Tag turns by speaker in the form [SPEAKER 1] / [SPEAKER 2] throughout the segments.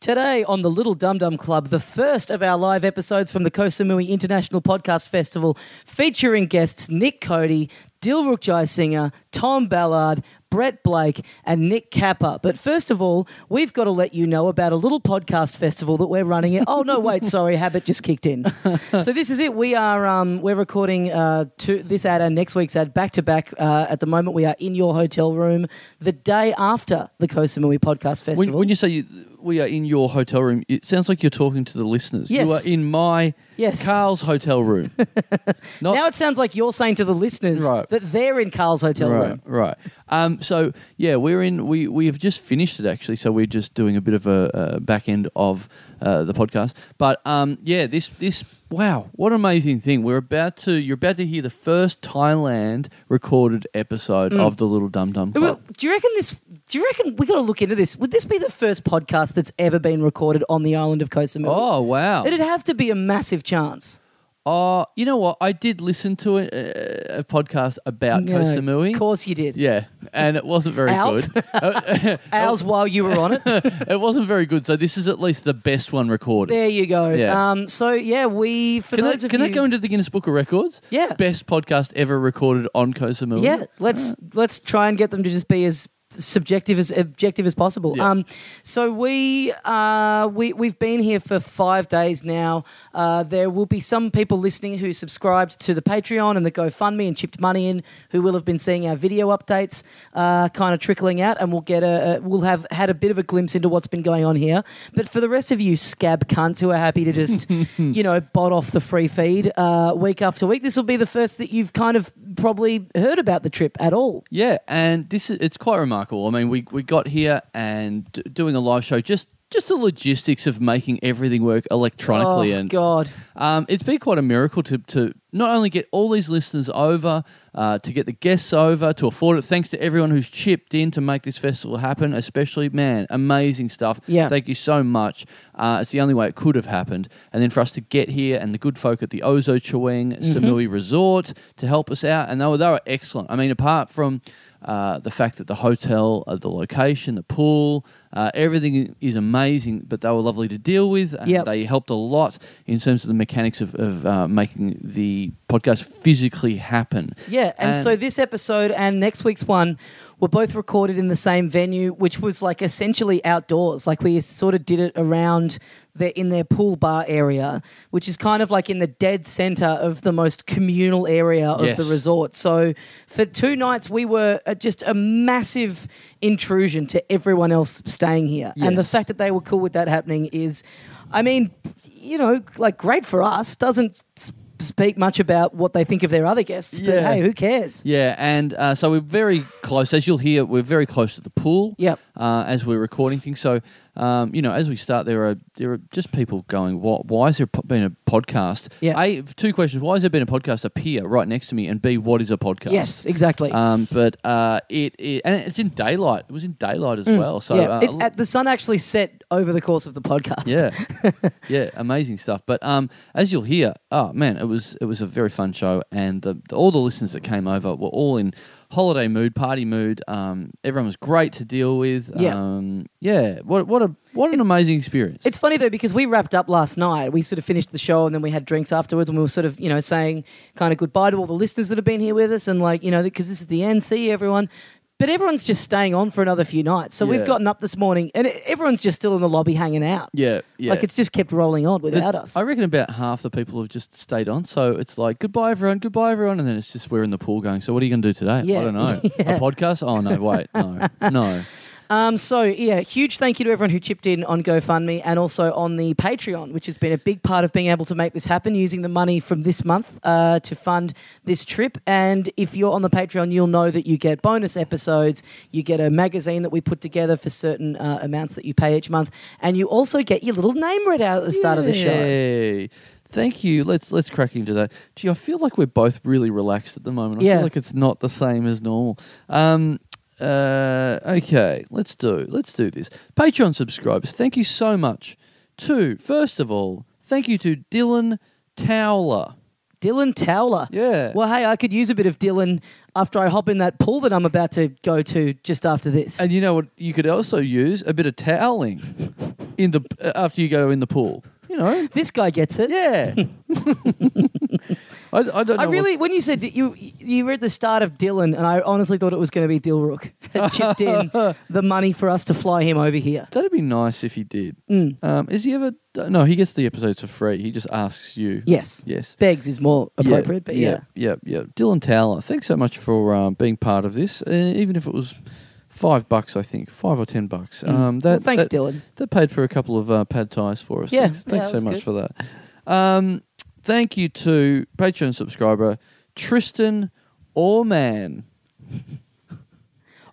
[SPEAKER 1] Today on the Little Dum Dum Club, the first of our live episodes from the Kosamui International Podcast Festival, featuring guests Nick Cody, Dilruk Jaisinger, Tom Ballard, Brett Blake, and Nick Kappa. But first of all, we've got to let you know about a little podcast festival that we're running. At, oh no, wait, sorry, habit just kicked in. so this is it. We are um, we're recording uh, to this ad and next week's ad back to back. Uh, At the moment, we are in your hotel room the day after the Kosamui Podcast Festival.
[SPEAKER 2] When, when you say you, we are in your hotel room, it sounds like you're talking to the listeners.
[SPEAKER 1] Yes.
[SPEAKER 2] You are in my
[SPEAKER 1] Yes.
[SPEAKER 2] Carl's hotel room. Not-
[SPEAKER 1] now it sounds like you're saying to the listeners
[SPEAKER 2] Right.
[SPEAKER 1] that they're in Carl's hotel
[SPEAKER 2] right,
[SPEAKER 1] room.
[SPEAKER 2] right. Um, so yeah, we're in. We we have just finished it actually. So we're just doing a bit of a uh, back end of uh, the podcast. But um, yeah, this this wow, what an amazing thing. We're about to. You're about to hear the first Thailand recorded episode
[SPEAKER 1] Mm.
[SPEAKER 2] of the Little Dum Dum
[SPEAKER 1] Well,
[SPEAKER 2] Club.
[SPEAKER 1] Do you reckon this? Do you reckon we got to look into this? Would this be the first podcast that's ever been recorded on the island of Koh Samui?
[SPEAKER 2] Oh wow!
[SPEAKER 1] it'd have to be a massive chance.
[SPEAKER 2] Oh, you know what? I did listen to a, a podcast about
[SPEAKER 1] No,
[SPEAKER 2] Koh Samui.
[SPEAKER 1] Of course you did.
[SPEAKER 2] Yeah, and it wasn't very
[SPEAKER 1] Ours?
[SPEAKER 2] good.
[SPEAKER 1] Ours while you were on it.
[SPEAKER 2] it wasn't very good. So this is at least the best one recorded.
[SPEAKER 1] There you go.
[SPEAKER 2] Yeah.
[SPEAKER 1] Um, so yeah, we for
[SPEAKER 2] Can,
[SPEAKER 1] those
[SPEAKER 2] that,
[SPEAKER 1] of
[SPEAKER 2] can
[SPEAKER 1] you.
[SPEAKER 2] that go into the Guinness Book of Records?
[SPEAKER 1] Yeah.
[SPEAKER 2] Best podcast ever recorded on Koh Samui.
[SPEAKER 1] yeah, let's let's try and get them to just be as subjective as objective as possible.
[SPEAKER 2] Yeah.
[SPEAKER 1] Um, so we uh, we we've been here for five days now. Uh, there will be some people listening who subscribed to the Patreon and the GoFundMe and chipped money in, who will have been seeing our video updates uh, kind of trickling out, and we'll get a, a we'll have had a bit of a glimpse into what's been going on here. But for the rest of you scab cunts who are happy to just you know bot off the free feed uh, week after week, this will be the first that you've kind of probably heard about the trip at all.
[SPEAKER 2] Yeah, and this is it's quite remarkable. I mean, we we got here and d- doing a live show just just the logistics of making everything work electronically
[SPEAKER 1] oh
[SPEAKER 2] and
[SPEAKER 1] God.
[SPEAKER 2] Um, it's been quite a miracle to, to not only get all these listeners over, uh, to get the guests over, to afford it. Thanks to everyone who's chipped in to make this festival happen, especially, man, amazing stuff.
[SPEAKER 1] Yeah.
[SPEAKER 2] Thank you so much. Uh, it's the only way it could have happened. And then for us to get here and the good folk at the Ozo Chewing
[SPEAKER 1] Mm-hmm.
[SPEAKER 2] Samui Resort to help us out. And they were, they were excellent. I mean, apart from. Uh, the fact that the hotel, uh, the location, the pool, uh, everything is amazing, but they were lovely to deal with. And
[SPEAKER 1] Yep.
[SPEAKER 2] they helped a lot in terms of the mechanics of, of uh, making the podcast physically happen.
[SPEAKER 1] Yeah, and,
[SPEAKER 2] And-
[SPEAKER 1] so this episode and next week's one were both recorded in the same venue, which was like essentially outdoors. Like we sort of did it around their in their pool bar area, which is kind of like in the dead center of the most communal area of
[SPEAKER 2] Yes.
[SPEAKER 1] the resort. So for two nights, we were uh, just a massive intrusion to everyone else staying here, and the
[SPEAKER 2] Yes.
[SPEAKER 1] fact that they were cool with that happening is, I mean, you know, like great for us. Doesn't. s- Speak much about what they think of their other guests, but
[SPEAKER 2] Yeah.
[SPEAKER 1] hey, who cares?
[SPEAKER 2] Yeah, and uh, so we're very close. As you'll hear, we're very close to the pool.
[SPEAKER 1] Yep.
[SPEAKER 2] Uh, as we're recording things, so um, you know, as we start, there are there are just people going, "What? Why has there po- been a podcast?"
[SPEAKER 1] Yeah.
[SPEAKER 2] A, two questions: Why has there been a podcast up here, right next to me? And B, what is a podcast?
[SPEAKER 1] Yes, exactly.
[SPEAKER 2] Um, but uh, it, it and it's in daylight. It was in daylight as well. So
[SPEAKER 1] Mm. yeah,
[SPEAKER 2] uh,
[SPEAKER 1] it, at- the sun actually set over the course of the podcast.
[SPEAKER 2] Yeah, yeah, amazing stuff. But um, as you'll hear, oh man, it was it was a very fun show, and the, the, all the listeners that came over were all in holiday mood, party mood. Um, everyone was great to deal with.
[SPEAKER 1] Yeah.
[SPEAKER 2] um, yeah. What what a what an amazing experience.
[SPEAKER 1] It's funny though because we wrapped up last night. We sort of finished the show and then we had drinks afterwards and we were sort of, you know, saying kind of goodbye to all the listeners that have been here with us and like, you know, because this is the end, see you, everyone. But everyone's just staying on for another few nights. So we've
[SPEAKER 2] Yeah.
[SPEAKER 1] gotten up this morning and e-, everyone's just still in the lobby hanging out.
[SPEAKER 2] yeah, yeah.
[SPEAKER 1] Like it's just kept rolling on
[SPEAKER 2] The-
[SPEAKER 1] without us.
[SPEAKER 2] I reckon about half the people have just stayed on, so it's like goodbye everyone, goodbye everyone, and then it's just we're in the pool going. So what are you going to do today?
[SPEAKER 1] Yeah.
[SPEAKER 2] I don't know. A podcast? Oh no, wait, no, no.
[SPEAKER 1] Um, so yeah, huge thank you to everyone who chipped in on GoFundMe and also on the Patreon, which has been a big part of being able to make this happen, using the money from this month uh, to fund this trip. And if you're on the Patreon, you'll know that you get bonus episodes, you get a magazine that we put together for certain uh, amounts that you pay each month, and you also get your little name read out at the start of the show.
[SPEAKER 2] Yay. Thank you. Let's let's crack into that. Gee, I feel like we're both really relaxed at the moment. I
[SPEAKER 1] Yeah.
[SPEAKER 2] feel like it's not the same as normal. Um uh okay, let's do let's do this. Patreon subscribers, thank you so much. Two, first of all, thank you to Dylan Towler.
[SPEAKER 1] Dylan Towler.
[SPEAKER 2] Yeah.
[SPEAKER 1] Well, hey, I could use a bit of Dylan after I hop in that pool that I'm about to go to just after this.
[SPEAKER 2] And you know what? You could also use a bit of toweling in the uh, after you go in the pool. You know?
[SPEAKER 1] this guy gets it.
[SPEAKER 2] Yeah. I, I don't know.
[SPEAKER 1] I
[SPEAKER 2] what-
[SPEAKER 1] really, when you said you you read the start of Dylan, and I honestly thought it was going to be Dilrook had chipped in the money for us to fly him over here.
[SPEAKER 2] that'd be nice if he did.
[SPEAKER 1] Mm.
[SPEAKER 2] Um, is he ever? No, he gets the episodes for free. He just asks you.
[SPEAKER 1] Yes,
[SPEAKER 2] Yes.
[SPEAKER 1] Begs is more appropriate, but yeah.
[SPEAKER 2] yeah, yeah, Dylan Towler, thanks so much for um, being part of this. Uh, even if it was five bucks, I think five or ten bucks. Um, that
[SPEAKER 1] Mm. Well, thanks,
[SPEAKER 2] that,
[SPEAKER 1] Dylan.
[SPEAKER 2] That paid for a couple of uh, pad ties for us.
[SPEAKER 1] Yeah,
[SPEAKER 2] thanks,
[SPEAKER 1] yeah,
[SPEAKER 2] thanks
[SPEAKER 1] that was
[SPEAKER 2] so much
[SPEAKER 1] good.
[SPEAKER 2] for that. Um, thank you to Patreon subscriber Tristan Orman.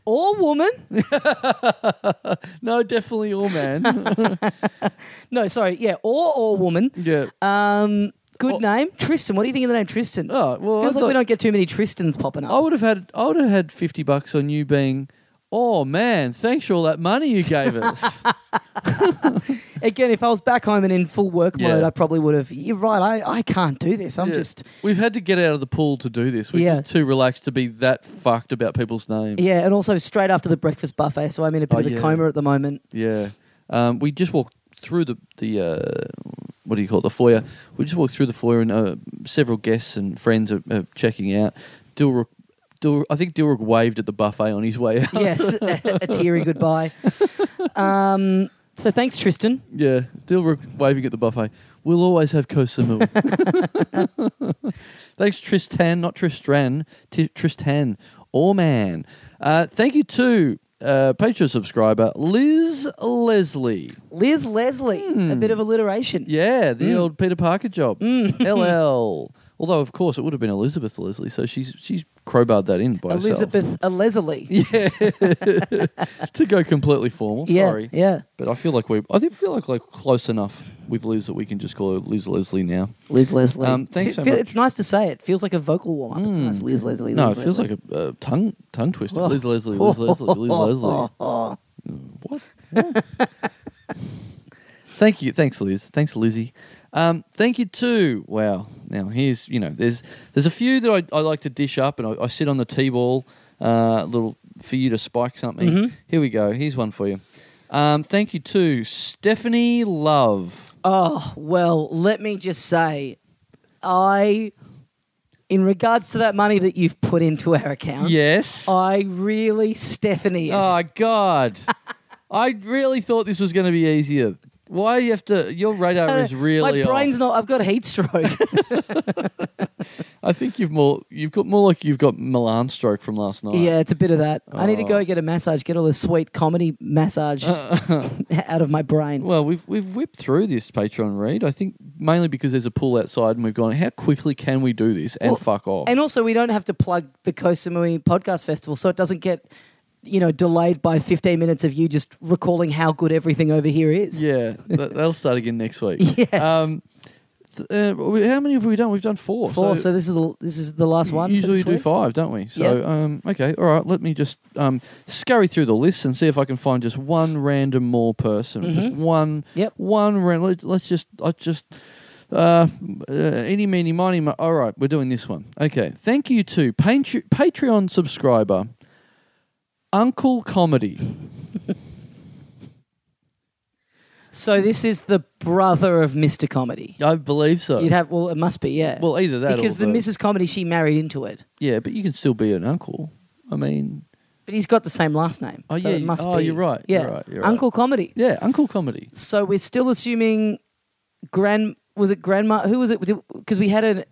[SPEAKER 1] Or woman?
[SPEAKER 2] No, definitely Orman.
[SPEAKER 1] No, sorry, yeah, or or woman.
[SPEAKER 2] yeah.
[SPEAKER 1] Um, good
[SPEAKER 2] Or-
[SPEAKER 1] name, Tristan. What do you think of the name Tristan?
[SPEAKER 2] Oh well,
[SPEAKER 1] Feels
[SPEAKER 2] I,
[SPEAKER 1] like we
[SPEAKER 2] thought- Oh.
[SPEAKER 1] don't get too many Tristans popping
[SPEAKER 2] I
[SPEAKER 1] up.
[SPEAKER 2] would have had I would have had fifty bucks on you being. Oh man, thanks for all that money you gave us.
[SPEAKER 1] Again, if I was back home and in full work
[SPEAKER 2] Yeah.
[SPEAKER 1] mode, I probably would have. You're right. I, I can't do this. I'm
[SPEAKER 2] Yeah.
[SPEAKER 1] just
[SPEAKER 2] We've had to get out of the pool to do this. We're
[SPEAKER 1] Yeah.
[SPEAKER 2] just too relaxed to be that fucked about people's names. Yeah.
[SPEAKER 1] yeah, and also straight after the breakfast buffet, so I'm in a bit
[SPEAKER 2] Oh,
[SPEAKER 1] of a
[SPEAKER 2] yeah.
[SPEAKER 1] coma at the moment.
[SPEAKER 2] Um, we just walked through the the uh, what do you call it? The foyer. We just walked through the foyer, and uh, several guests and friends are, are checking out. Dilrook, Dilrook, I think Dilrook waved at the buffet on his way out.
[SPEAKER 1] yes, a, a teary goodbye. Um, so thanks, Tristan.
[SPEAKER 2] yeah, Dilrook waving at the buffet. We'll always have Kosamu. Thanks, Tristan, not Tristran, T- Tristan. Oh man, uh, thank you to uh, Patreon subscriber Liz Leslie.
[SPEAKER 1] Liz Leslie, a bit of alliteration.
[SPEAKER 2] Hmm. Yeah,
[SPEAKER 1] Mm.
[SPEAKER 2] the old Peter Parker job. LL. Although, of course, it would have been Elizabeth Leslie, so she's she's crowbarred that in by herself.
[SPEAKER 1] Elizabeth uh, Leslie.
[SPEAKER 2] Yeah, to go completely formal.
[SPEAKER 1] yeah,
[SPEAKER 2] Sorry,
[SPEAKER 1] yeah.
[SPEAKER 2] but I feel like we I think feel like like close enough with Liz that we can just call her Liz Leslie now.
[SPEAKER 1] Liz Leslie.
[SPEAKER 2] Um, thanks
[SPEAKER 1] Fe-
[SPEAKER 2] so
[SPEAKER 1] feel-
[SPEAKER 2] much. Hmm.
[SPEAKER 1] It's nice to say it. Feels like a vocal warm up. It's nice. Liz Leslie.
[SPEAKER 2] No, it
[SPEAKER 1] Liz
[SPEAKER 2] feels
[SPEAKER 1] Leslie.
[SPEAKER 2] like a uh, tongue tongue twister.
[SPEAKER 1] Oh.
[SPEAKER 2] Liz Leslie, Liz Leslie, Liz Leslie.
[SPEAKER 1] Oh,
[SPEAKER 2] What? thank you. Thanks, Liz. Thanks, Lizzie. Um, thank you too. Wow. Now here's you know there's there's a few that I, I like to dish up and I, I sit on the tee ball uh, little for you to spike something.
[SPEAKER 1] Mm-hmm.
[SPEAKER 2] Here we go. Here's one for you. Um, thank you to Stephanie Love.
[SPEAKER 1] Oh, well, let me just say, I, in regards to that money that you've put into our account,
[SPEAKER 2] Yes. Oh,
[SPEAKER 1] I really Stephanie it.
[SPEAKER 2] God. I really thought this was going to be easier. Why you have to? Your radar is really
[SPEAKER 1] My brain's
[SPEAKER 2] off.
[SPEAKER 1] not. I've got a heat stroke.
[SPEAKER 2] I think you've more you've got more like you've got Milan stroke from last night.
[SPEAKER 1] Yeah, it's a bit of that. I need to
[SPEAKER 2] Oh.
[SPEAKER 1] go get a massage, get all the sweet comedy massaged out of my brain.
[SPEAKER 2] Well, we've we've whipped through this Patreon read. I think mainly because there's a pool outside, and we've gone. How quickly can we do this and
[SPEAKER 1] Well,
[SPEAKER 2] fuck off?
[SPEAKER 1] And also, we don't have to plug the Kosamui Podcast Festival, so it doesn't get, you know, delayed by 15 minutes of you just recalling how good everything over here is.
[SPEAKER 2] yeah, that, that'll start again next week. Um,
[SPEAKER 1] Yes.
[SPEAKER 2] th- uh, we- how many have we done? We've done four.
[SPEAKER 1] Four. So, this is the this is the last one. for
[SPEAKER 2] Usually we
[SPEAKER 1] this
[SPEAKER 2] do
[SPEAKER 1] week.
[SPEAKER 2] five, don't we? So um, okay, all right. Let me just um, scurry through the list and see if I can find just one random more person, just one.
[SPEAKER 1] Mm-hmm. Yep.
[SPEAKER 2] One random. Let, let's just. I just. Uh, uh, any, meeny, miny, mo- All right, we're doing this one. Okay. Thank you to Patre- Patreon subscriber Uncle Comedy.
[SPEAKER 1] So this is the brother of Mr. Comedy.
[SPEAKER 2] I believe so.
[SPEAKER 1] You'd have well, it must be yeah.
[SPEAKER 2] well, either that
[SPEAKER 1] because
[SPEAKER 2] or
[SPEAKER 1] the Mrs. Comedy she married into it,
[SPEAKER 2] Yeah, but you can still be an uncle. I mean,
[SPEAKER 1] but he's got the same last name.
[SPEAKER 2] Oh,
[SPEAKER 1] so
[SPEAKER 2] yeah,
[SPEAKER 1] it
[SPEAKER 2] you-
[SPEAKER 1] must
[SPEAKER 2] oh,
[SPEAKER 1] be.
[SPEAKER 2] you're right,
[SPEAKER 1] Yeah,
[SPEAKER 2] you're right, you're right.
[SPEAKER 1] Uncle Comedy.
[SPEAKER 2] yeah, Uncle Comedy.
[SPEAKER 1] So we're still assuming grand was it grandma? Who was it? Because we had a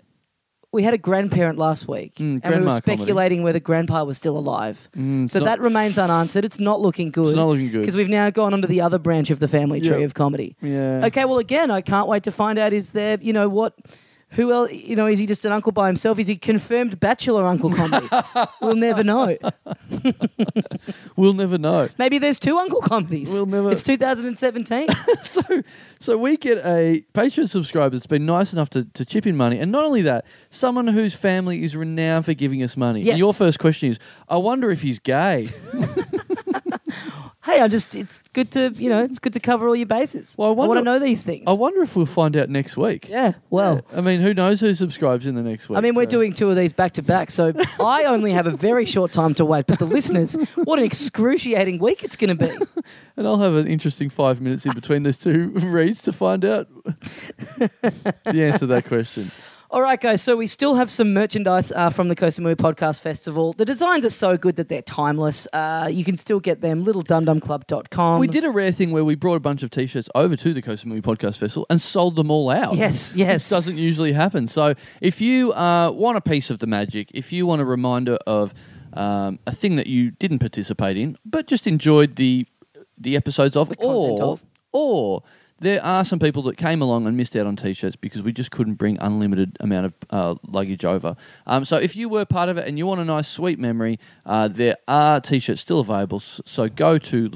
[SPEAKER 1] we had a grandparent last week,
[SPEAKER 2] Mm,
[SPEAKER 1] and we were
[SPEAKER 2] grandma comedy.
[SPEAKER 1] speculating whether grandpa was still alive. so
[SPEAKER 2] Mm, it's not-
[SPEAKER 1] that remains unanswered. It's not looking good.
[SPEAKER 2] It's not looking good.
[SPEAKER 1] because we've now gone onto the other branch of the family tree
[SPEAKER 2] Yeah.
[SPEAKER 1] of comedy.
[SPEAKER 2] Yeah.
[SPEAKER 1] Okay, well, again, I can't wait to find out. Is there, you know, what? Who else? You know, is he just an uncle by himself? Is he confirmed bachelor uncle comedy? we'll never know.
[SPEAKER 2] We'll never know.
[SPEAKER 1] Maybe there's two uncle comedies.
[SPEAKER 2] We'll never-
[SPEAKER 1] It's 2017.
[SPEAKER 2] So we get a Patreon subscriber that's been nice enough to, to chip in money, and not only that, someone whose family is renowned for giving us money.
[SPEAKER 1] Yes.
[SPEAKER 2] And your first question is, I wonder if he's gay.
[SPEAKER 1] hey, I just it's good to you know it's good to cover all your bases.
[SPEAKER 2] Well, I
[SPEAKER 1] I want
[SPEAKER 2] wonder-
[SPEAKER 1] to know these things.
[SPEAKER 2] I wonder if we'll find out next week.
[SPEAKER 1] yeah. Well,
[SPEAKER 2] I mean, who knows who subscribes in the next week?
[SPEAKER 1] I mean, we're
[SPEAKER 2] so-
[SPEAKER 1] doing two of these back to back, so I only have a very short time to wait. But the listeners, what an excruciating week it's going to be.
[SPEAKER 2] and I'll have an interesting five minutes in between those two reads to find out the answer to that question.
[SPEAKER 1] All right, guys. So we still have some merchandise uh, from the Kosamui Podcast Festival. The designs are so good that they're timeless. Uh, you can still get them. LittleDumDumClub.com.
[SPEAKER 2] we did a rare thing where we brought a bunch of T-shirts over to the Costa Movie Podcast Festival and sold them all out.
[SPEAKER 1] Yes,
[SPEAKER 2] This
[SPEAKER 1] yes.
[SPEAKER 2] doesn't usually happen. So if you uh, want a piece of the magic, if you want a reminder of um, a thing that you didn't participate in, but just enjoyed the the episodes of,
[SPEAKER 1] content
[SPEAKER 2] or
[SPEAKER 1] of.
[SPEAKER 2] or there are some people that came along and missed out on t-shirts because we just couldn't bring unlimited amount of uh, luggage over. Um, so if you were part of it and you want a nice sweet memory, uh, there are t-shirts still available. S- So go to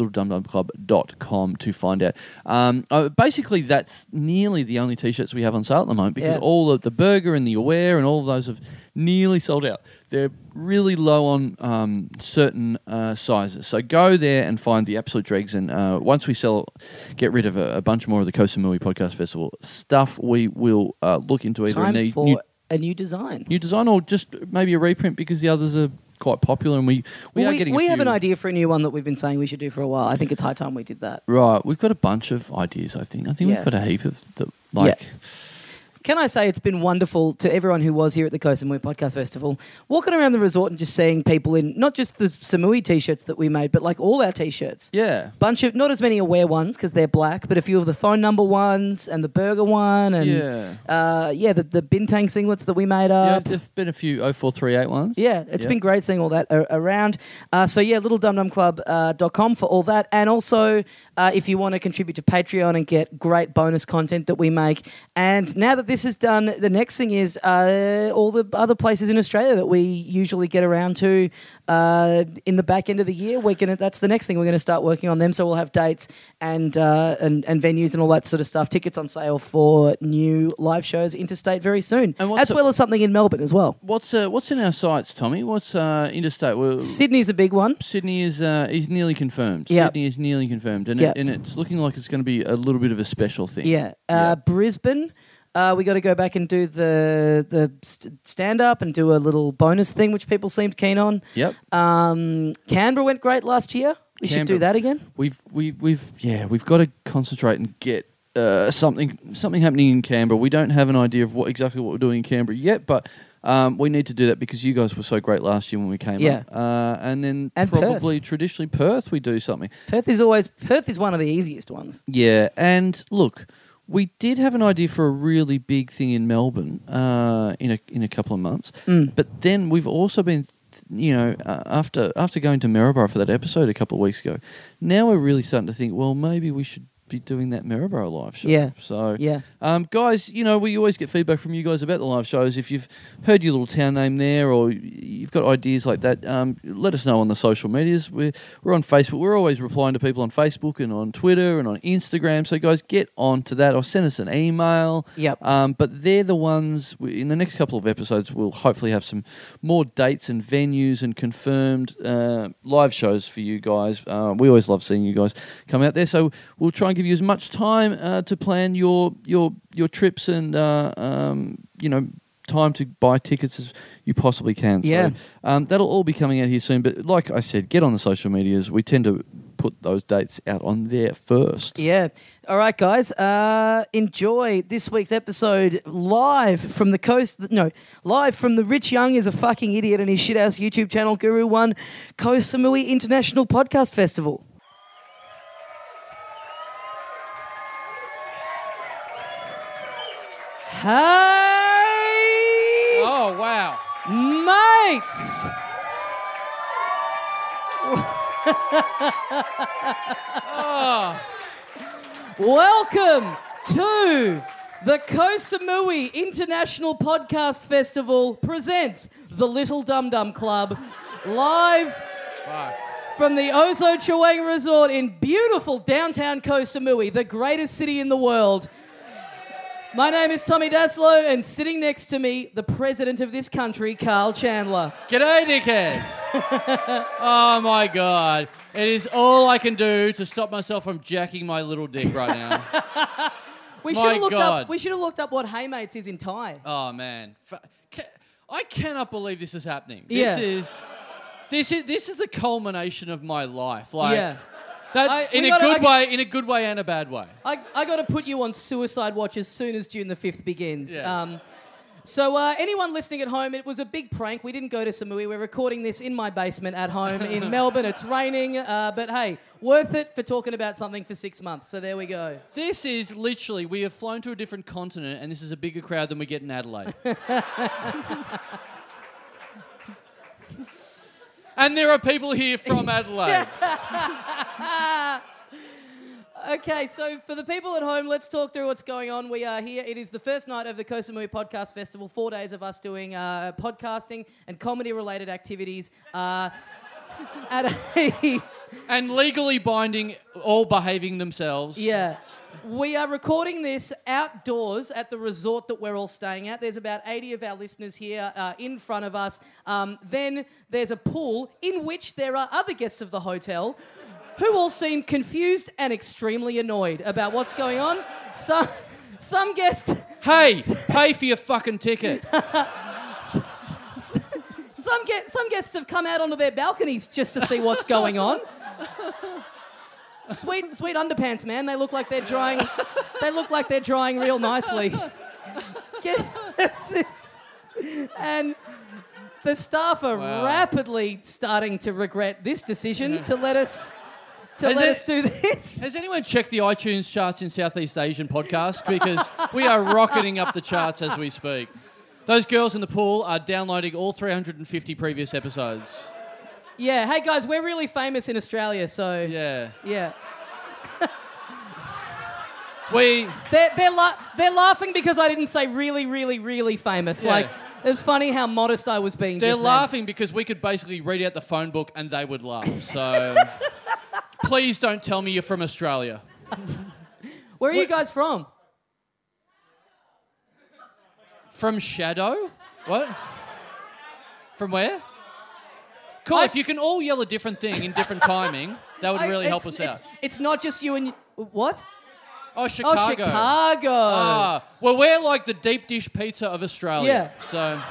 [SPEAKER 2] littledumdumclub.com to find out. Um, uh, basically, that's nearly the only t-shirts we have on sale at the moment because
[SPEAKER 1] Yeah.
[SPEAKER 2] all of the burger and the aware and all of those have nearly sold out. They're really low on um, certain uh, sizes. So go there and find the absolute dregs. And uh, once we sell, get rid of a, a bunch more of the Kosamui Podcast Festival stuff, we will uh, look into either
[SPEAKER 1] Time
[SPEAKER 2] a new,
[SPEAKER 1] for
[SPEAKER 2] new,
[SPEAKER 1] a new design.
[SPEAKER 2] new design or just maybe a reprint because the others are quite popular and we, we
[SPEAKER 1] Well,
[SPEAKER 2] are getting a
[SPEAKER 1] we have
[SPEAKER 2] few-
[SPEAKER 1] an idea for a new one that we've been saying we should do for a while. I think it's high time we did that.
[SPEAKER 2] Right, we've got a bunch of ideas, I think. I think
[SPEAKER 1] Yeah.
[SPEAKER 2] we've got a heap of the, like.
[SPEAKER 1] Can I say it's been wonderful to everyone who was here at the Koh Samui Podcast Festival, walking around the resort and just seeing people in not just the Samui t-shirts that we made, but like all our t-shirts.
[SPEAKER 2] Yeah.
[SPEAKER 1] Bunch of not as many aware ones because they're black, but a few of the phone number ones and the burger one and
[SPEAKER 2] Yeah.
[SPEAKER 1] uh, yeah, the the bintang singlets that we made
[SPEAKER 2] Yeah,
[SPEAKER 1] up.
[SPEAKER 2] there's been a few 0438 ones.
[SPEAKER 1] Yeah, it's
[SPEAKER 2] Yeah.
[SPEAKER 1] been great seeing all that a- around. Uh, so yeah, littledumdumclub.com uh, for all that, and also uh, if you want to contribute to Patreon and get great bonus content that we make. And now that this is done, the next thing is uh, all the other places in Australia that we usually get around to uh, in the back end of the year. We're gonna that's the next thing we're gonna start working on them. So we'll have dates and uh, and and venues and all that sort of stuff. Tickets on sale for new live shows interstate very soon,
[SPEAKER 2] And what's
[SPEAKER 1] as
[SPEAKER 2] the-
[SPEAKER 1] well as something in Melbourne as well.
[SPEAKER 2] What's uh, what's in our sights, Tommy? What's uh, interstate? Well,
[SPEAKER 1] Sydney's a big one.
[SPEAKER 2] Sydney is uh, is nearly confirmed.
[SPEAKER 1] Yeah.
[SPEAKER 2] Sydney is nearly confirmed, and
[SPEAKER 1] Yeah.
[SPEAKER 2] it, and it's looking like it's going to be a little bit of a special thing.
[SPEAKER 1] Yeah. Uh, Brisbane. Uh, we got to go back and do the the st- stand up and do a little bonus thing, which people seemed keen on.
[SPEAKER 2] Yep.
[SPEAKER 1] Um, Canberra went great last year. We should do
[SPEAKER 2] Canberra.
[SPEAKER 1] that again.
[SPEAKER 2] We've we we've yeah we've got to concentrate and get uh, something something happening in Canberra. We don't have an idea of what exactly what we're doing in Canberra yet, but um, we need to do that because you guys were so great last year when we came
[SPEAKER 1] Yeah.
[SPEAKER 2] up. Uh, and then
[SPEAKER 1] And Perth.
[SPEAKER 2] probably traditionally Perth we do something.
[SPEAKER 1] Perth is always Perth is one of the easiest ones.
[SPEAKER 2] Yeah, and look, we did have an idea for a really big thing in Melbourne uh, in a in a couple of months, but then we've also been, th- you know, uh, after after going to Maryborough for that episode a couple of weeks ago, now we're really starting to think, well, maybe we should be doing that Maryborough live show.
[SPEAKER 1] Yeah.
[SPEAKER 2] So
[SPEAKER 1] Yeah.
[SPEAKER 2] um, guys, you know, we always get feedback from you guys about the live shows. If you've heard your little town name there or you've got ideas like that, um, let us know on the social medias. We're, we're on Facebook. We're always replying to people on Facebook and on Twitter and on Instagram. So, guys, get on to that or send us an email.
[SPEAKER 1] Yep.
[SPEAKER 2] Um, but they're the ones, we, in the next couple of episodes, we'll hopefully have some more dates and venues and confirmed uh, live shows for you guys. Uh, we always love seeing you guys come out there. So we'll try and give you as much time uh, to plan your your your trips and, uh, um, you know, time to buy tickets as you possibly can.
[SPEAKER 1] Yeah.
[SPEAKER 2] So um, that'll all be coming out here soon. But like I said, get on the social medias. We tend to put those dates out on there first.
[SPEAKER 1] Yeah. All right, guys. Uh, enjoy this week's episode live from the coast. No, live from the Rich Young is a fucking idiot and his shit ass YouTube channel Guru One Koh Samui International Podcast Festival. Hey,
[SPEAKER 2] Oh, wow.
[SPEAKER 1] mates! Welcome to the Koh Samui International Podcast Festival presents the Little Dum Dum Club live from the Ozo Chawang Resort in beautiful downtown Koh Samui, the greatest city in the world. My name is Tommy Daslow, and sitting next to me, the president of this country, Carl Chandler.
[SPEAKER 2] G'day, dickheads. oh my god. It is all I can do to stop myself from jacking my little dick right now.
[SPEAKER 1] We
[SPEAKER 2] My
[SPEAKER 1] should have looked up.
[SPEAKER 2] God.
[SPEAKER 1] We should have looked up what Haymates is in Thai.
[SPEAKER 2] Oh man, Fa- ca- I cannot believe this is happening.
[SPEAKER 1] Yeah.
[SPEAKER 2] This is this is this is the culmination of my life. Like
[SPEAKER 1] yeah,
[SPEAKER 2] that
[SPEAKER 1] I-
[SPEAKER 2] in
[SPEAKER 1] we
[SPEAKER 2] a
[SPEAKER 1] gotta- I-
[SPEAKER 2] good way, in a good way and a bad way.
[SPEAKER 1] I, I got to put you on suicide watch as soon as June the fifth begins.
[SPEAKER 2] Yeah.
[SPEAKER 1] Um, so uh, anyone listening at home, it was a big prank. We didn't go to Samui. We're recording this in my basement at home in Melbourne. It's raining, uh, but hey, worth it for talking about something for six months. So there we go.
[SPEAKER 2] This is literally we have flown to a different continent, and this is a bigger crowd than we get in Adelaide. and there are people here from Adelaide.
[SPEAKER 1] Okay, so for the people at home, let's talk through what's going on. We are here. It is the first night of the Koh Samui Podcast Festival. Four days of us doing uh, podcasting and comedy-related activities. Uh, at a
[SPEAKER 2] And legally binding, all behaving themselves.
[SPEAKER 1] yeah, we are recording this outdoors at the resort that we're all staying at. There's about 80 of our listeners here uh, in front of us. Um, then there's a pool in which there are other guests of the hotel. Who all seem confused and extremely annoyed about what's going on. Some, some guests
[SPEAKER 2] Hey, pay for your fucking ticket.
[SPEAKER 1] Some, ge- some guests have come out onto their balconies just to see what's going on. Sweet, sweet underpants, man. They look like they're drying. They look like they're drying real nicely. Get- this is- and the staff are
[SPEAKER 2] Wow.
[SPEAKER 1] rapidly starting to regret this decision to let us to
[SPEAKER 2] Is
[SPEAKER 1] let
[SPEAKER 2] it-
[SPEAKER 1] us do this.
[SPEAKER 2] Has anyone checked the iTunes charts in Southeast Asian podcasts? Because we are rocketing up the charts as we speak. Those girls in the pool are downloading all 350 previous episodes.
[SPEAKER 1] Yeah. Hey guys, we're really famous in Australia, so
[SPEAKER 2] Yeah.
[SPEAKER 1] yeah.
[SPEAKER 2] We.
[SPEAKER 1] They're, they're, la- they're laughing because I didn't say really, really, really famous.
[SPEAKER 2] Yeah.
[SPEAKER 1] Like, it's funny how modest I was being.
[SPEAKER 2] They're
[SPEAKER 1] just then.
[SPEAKER 2] laughing because we could basically read out the phone book and they would laugh. So please don't tell me you're from Australia.
[SPEAKER 1] Where are you
[SPEAKER 2] Wait.
[SPEAKER 1] guys from?
[SPEAKER 2] From Shadow? What? From where? Cool.
[SPEAKER 1] I-
[SPEAKER 2] if you can all yell a different thing in different timing, that would
[SPEAKER 1] I-
[SPEAKER 2] really help
[SPEAKER 1] it's-
[SPEAKER 2] us out.
[SPEAKER 1] It's, it's not just you and what?
[SPEAKER 2] Oh,
[SPEAKER 1] Oh,
[SPEAKER 2] Chicago.
[SPEAKER 1] Chicago.
[SPEAKER 2] Ah, well, we're like the deep dish pizza of Australia.
[SPEAKER 1] Yeah.
[SPEAKER 2] So,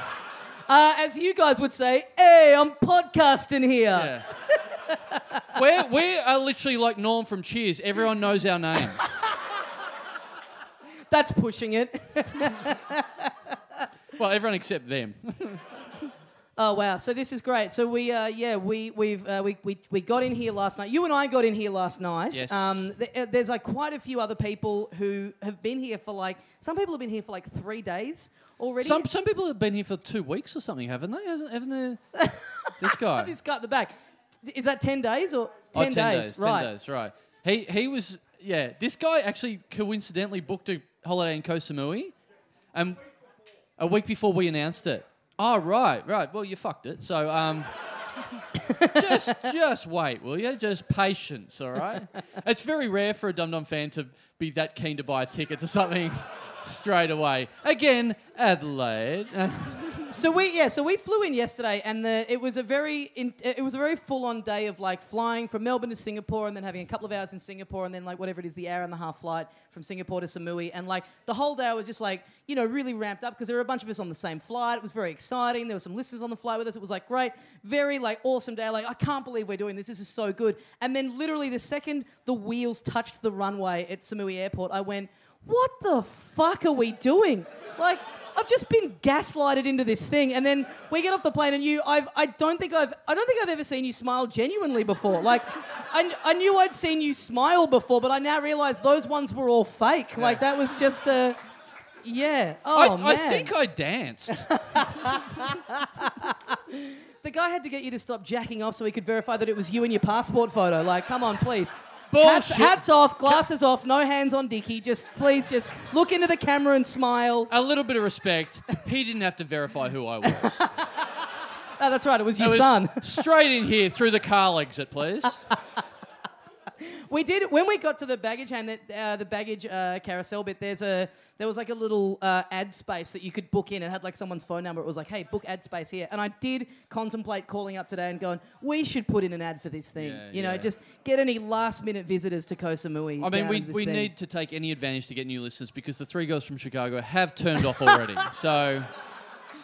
[SPEAKER 1] Uh, as you guys would say, hey, I'm podcasting here.
[SPEAKER 2] yeah. we're, we are literally like Norm from Cheers. Everyone knows our name.
[SPEAKER 1] That's pushing it.
[SPEAKER 2] Well, everyone except them.
[SPEAKER 1] Oh wow! So this is great. So we, uh, yeah, we we've uh, we, we we got in here last night. You and I got in here last night.
[SPEAKER 2] Yes.
[SPEAKER 1] Um, th- uh, there's like quite a few other people who have been here for like some people have been here for like three days already.
[SPEAKER 2] Some, some people have been here for two weeks or something, haven't they? Hasn't, haven't they? This guy.
[SPEAKER 1] this guy at the back. Th- Is that ten days or
[SPEAKER 2] Oh,
[SPEAKER 1] ten
[SPEAKER 2] 10
[SPEAKER 1] days? Right.
[SPEAKER 2] 10 days, right. He, he was, yeah, this guy actually coincidentally booked a holiday in Koh Samui and a week before we announced it. Oh, right, right. Well, you fucked it. So, um, just, just wait, will you? Just patience, all right? It's very rare for a Dum Dum fan to be that keen to buy a ticket to something straight away. Again, Adelaide.
[SPEAKER 1] Oh, So we yeah, so we flew in yesterday, and the, it was a very in, it was a very full on day of like flying from Melbourne to Singapore, and then having a couple of hours in Singapore, and then like whatever it is, the hour and a half flight from Singapore to Samui, and like the whole day I was just like you know really ramped up because there were a bunch of us on the same flight. It was very exciting. There were some listeners on the flight with us. It was like great, very like awesome day. Like I can't believe we're doing this. This is so good. And then literally the second the wheels touched the runway at Samui Airport, I went, what the fuck are we doing? Like. I've just been gaslighted into this thing, and then we get off the plane, and you, I've, I don't think I've, I don't think I've ever seen you smile genuinely before. Like, I, I knew I'd seen you smile before, but I now realise those ones were all fake. Like that was just a, yeah.
[SPEAKER 2] I,
[SPEAKER 1] Oh
[SPEAKER 2] I
[SPEAKER 1] man,
[SPEAKER 2] think I danced.
[SPEAKER 1] the guy had to get you to stop jacking off so he could verify that it was you in your passport photo. Like, come on, please. Hats,
[SPEAKER 2] Bullshit.
[SPEAKER 1] hats off, glasses off, no hands on Dicky. Just please, just look into the camera and smile.
[SPEAKER 2] a little bit of respect. He didn't have to verify who I was.
[SPEAKER 1] Oh, that's right, it was your
[SPEAKER 2] It was
[SPEAKER 1] son.
[SPEAKER 2] straight in here through the car exit, please.
[SPEAKER 1] We did when we got to the baggage and the, uh, the baggage uh, carousel bit. There's a there was like a little uh, ad space that you could book in. It had like someone's phone number. It was like, hey, book ad space here. And I did contemplate calling up today and going, we should put in an ad for this thing.
[SPEAKER 2] Yeah,
[SPEAKER 1] you know,
[SPEAKER 2] yeah.
[SPEAKER 1] just get any last minute visitors to Kosamui.
[SPEAKER 2] I mean, we, we need to take any advantage to get new listeners because the three girls from Chicago have turned off already. so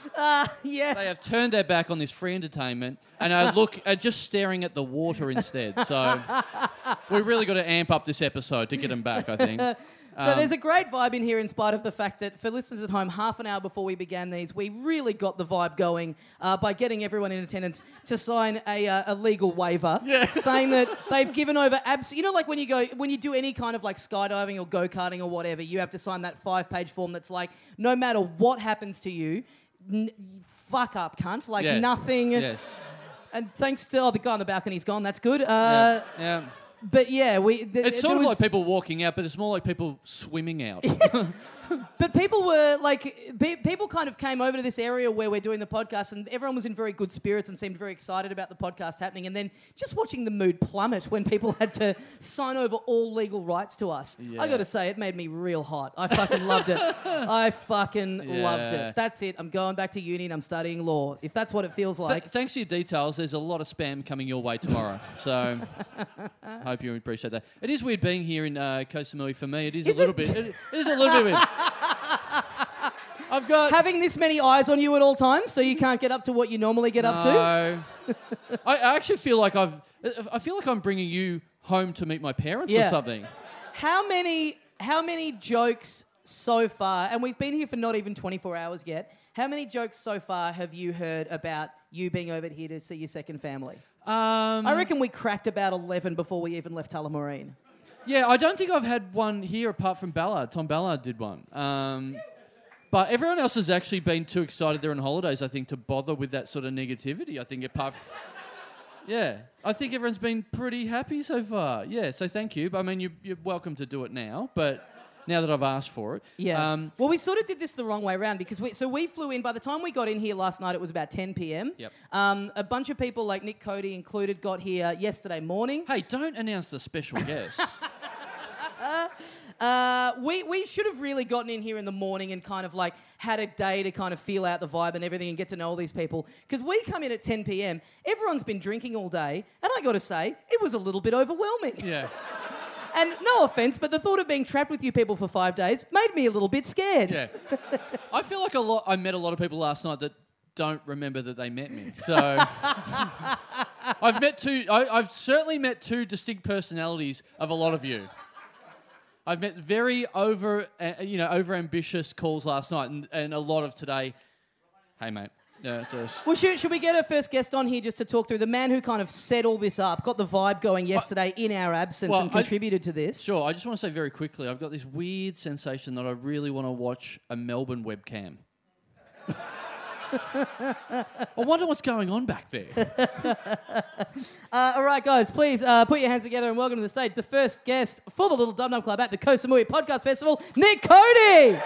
[SPEAKER 1] yes.
[SPEAKER 2] they have turned their back on this free entertainment and are look are just staring at the water instead. So we really got to amp up this episode to get them back. I think.
[SPEAKER 1] So
[SPEAKER 2] Um,
[SPEAKER 1] there's a great vibe in here, in spite of the fact that for listeners at home, half an hour before we began these, we really got the vibe going uh, by getting everyone in attendance to sign a, uh, a legal waiver, saying that they've given over abs. You know, like when you go when you do any kind of like skydiving or go karting or whatever, you have to sign that five page form that's like, no matter what happens to you. N- Fuck up, cunt! Like
[SPEAKER 2] Yeah.
[SPEAKER 1] nothing,
[SPEAKER 2] Yes.
[SPEAKER 1] and thanks to oh, the guy on the balcony's gone. That's good. Uh,
[SPEAKER 2] Yeah. yeah.
[SPEAKER 1] But yeah, we. Th-
[SPEAKER 2] It's
[SPEAKER 1] there
[SPEAKER 2] sort of
[SPEAKER 1] was-
[SPEAKER 2] like people walking out, but it's more like people swimming out.
[SPEAKER 1] But people were like, pe- people kind of came over to this area where we're doing the podcast, and everyone was in very good spirits and seemed very excited about the podcast happening. And then just watching the mood plummet when people had to sign over all legal rights to us.
[SPEAKER 2] Yeah.
[SPEAKER 1] I got to say, it made me real hot. I fucking loved it. I fucking loved
[SPEAKER 2] Yeah.
[SPEAKER 1] it. That's it. I'm going back to uni and I'm studying law. If that's what it feels like.
[SPEAKER 2] Th- thanks for your details. There's a lot of spam coming your way tomorrow, so hope you appreciate that. It is weird being here in uh, Koh Samui for me. It is,
[SPEAKER 1] Is
[SPEAKER 2] a little
[SPEAKER 1] it?
[SPEAKER 2] bit. It, it is a little bit weird. I've got.
[SPEAKER 1] Having this many eyes on you at all times, so you can't get up to what you normally get up to.
[SPEAKER 2] No. I, I actually feel like I've. I feel like I'm bringing you home to meet my parents or
[SPEAKER 1] Yeah.
[SPEAKER 2] something.
[SPEAKER 1] How many how many jokes so far and we've been here for not even 24 hours yet. How many jokes so far have you heard about you being over here to see your second family?
[SPEAKER 2] Um,
[SPEAKER 1] I reckon we cracked about 11 before we even left Tullamarine.
[SPEAKER 2] Yeah, I don't think I've had one here apart from Ballard. Tom Ballard did one. Um, but everyone else has actually been too excited they're on holidays, I think, to bother with that sort of negativity. I think apart from. Yeah, I think everyone's been pretty happy so far. Yeah, so thank you. I mean, you, you're welcome to do it now, but now that I've asked for it.
[SPEAKER 1] Yeah.
[SPEAKER 2] Um,
[SPEAKER 1] well, we sort of did this the wrong way around because we so we flew in. By the time we got in here last night, it was about 10 p.m.
[SPEAKER 2] Yep.
[SPEAKER 1] Um, a bunch of people, like Nick Cody included, got here yesterday morning.
[SPEAKER 2] hey, don't announce the special guest.
[SPEAKER 1] Uh, we, we should have really gotten in here in the morning and kind of like had a day to kind of feel out the vibe and everything and get to know all these people. Because we come in at 10 p.m., everyone's been drinking all day, and I gotta say, it was a little bit overwhelming.
[SPEAKER 2] yeah.
[SPEAKER 1] And no offense, but the thought of being trapped with you people for five days made me a little bit scared.
[SPEAKER 2] Yeah. I feel like a lot. I met a lot of people last night that don't remember that they met me. So I've met two. I, I've certainly met two distinct personalities of a lot of you. I've met very over, uh, you know, over ambitious calls last night, and, and a lot of today. Hey, mate. Yeah, just.
[SPEAKER 1] Well, should, should we get our first guest on here just to talk through the man who kind of set all this up, got the vibe going yesterday in our absence,
[SPEAKER 2] Well,
[SPEAKER 1] and
[SPEAKER 2] I-
[SPEAKER 1] contributed to this?
[SPEAKER 2] Sure. I just want to say very quickly. I've got this weird sensation that I really want to watch a Melbourne webcam. I wonder what's going on back there.
[SPEAKER 1] Uh, all right, guys, please uh, put your hands together and welcome to the stage the first guest for the Little Dum Dum Club at the Koh Samui Podcast Festival, Nick Cody.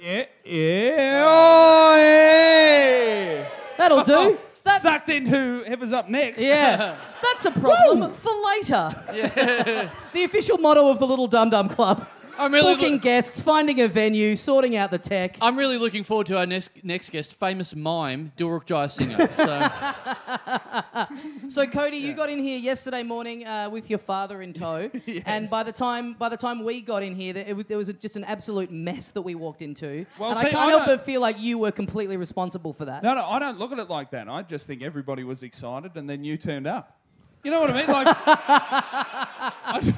[SPEAKER 3] Yeah, yeah, Eh, oh, hey!
[SPEAKER 1] That'll
[SPEAKER 2] Oh.
[SPEAKER 1] do. That-
[SPEAKER 3] Sucked into whoever's up next.
[SPEAKER 1] yeah, that's a problem for later. the official motto of the Little Dum Dum Club.
[SPEAKER 2] I'm really
[SPEAKER 1] Booking
[SPEAKER 2] look-
[SPEAKER 1] guests, finding a venue, sorting out the
[SPEAKER 3] Um,
[SPEAKER 1] tech.
[SPEAKER 2] I'm really looking forward to our next next guest, famous mime Dilruk Jayasinghe. So,
[SPEAKER 1] So Cody, you got in here yesterday morning uh, with your father in tow, and by the time by the time we got in here, there, it, was- there was a, just an absolute mess that we walked into,
[SPEAKER 3] Well,
[SPEAKER 1] and I
[SPEAKER 3] see,
[SPEAKER 1] can't
[SPEAKER 3] I
[SPEAKER 1] help
[SPEAKER 3] don't-
[SPEAKER 1] but feel like you were completely responsible for that.
[SPEAKER 3] No, no, I don't look at it like that. I just think everybody was excited and then you turned up. You know what I mean? Like, I, d-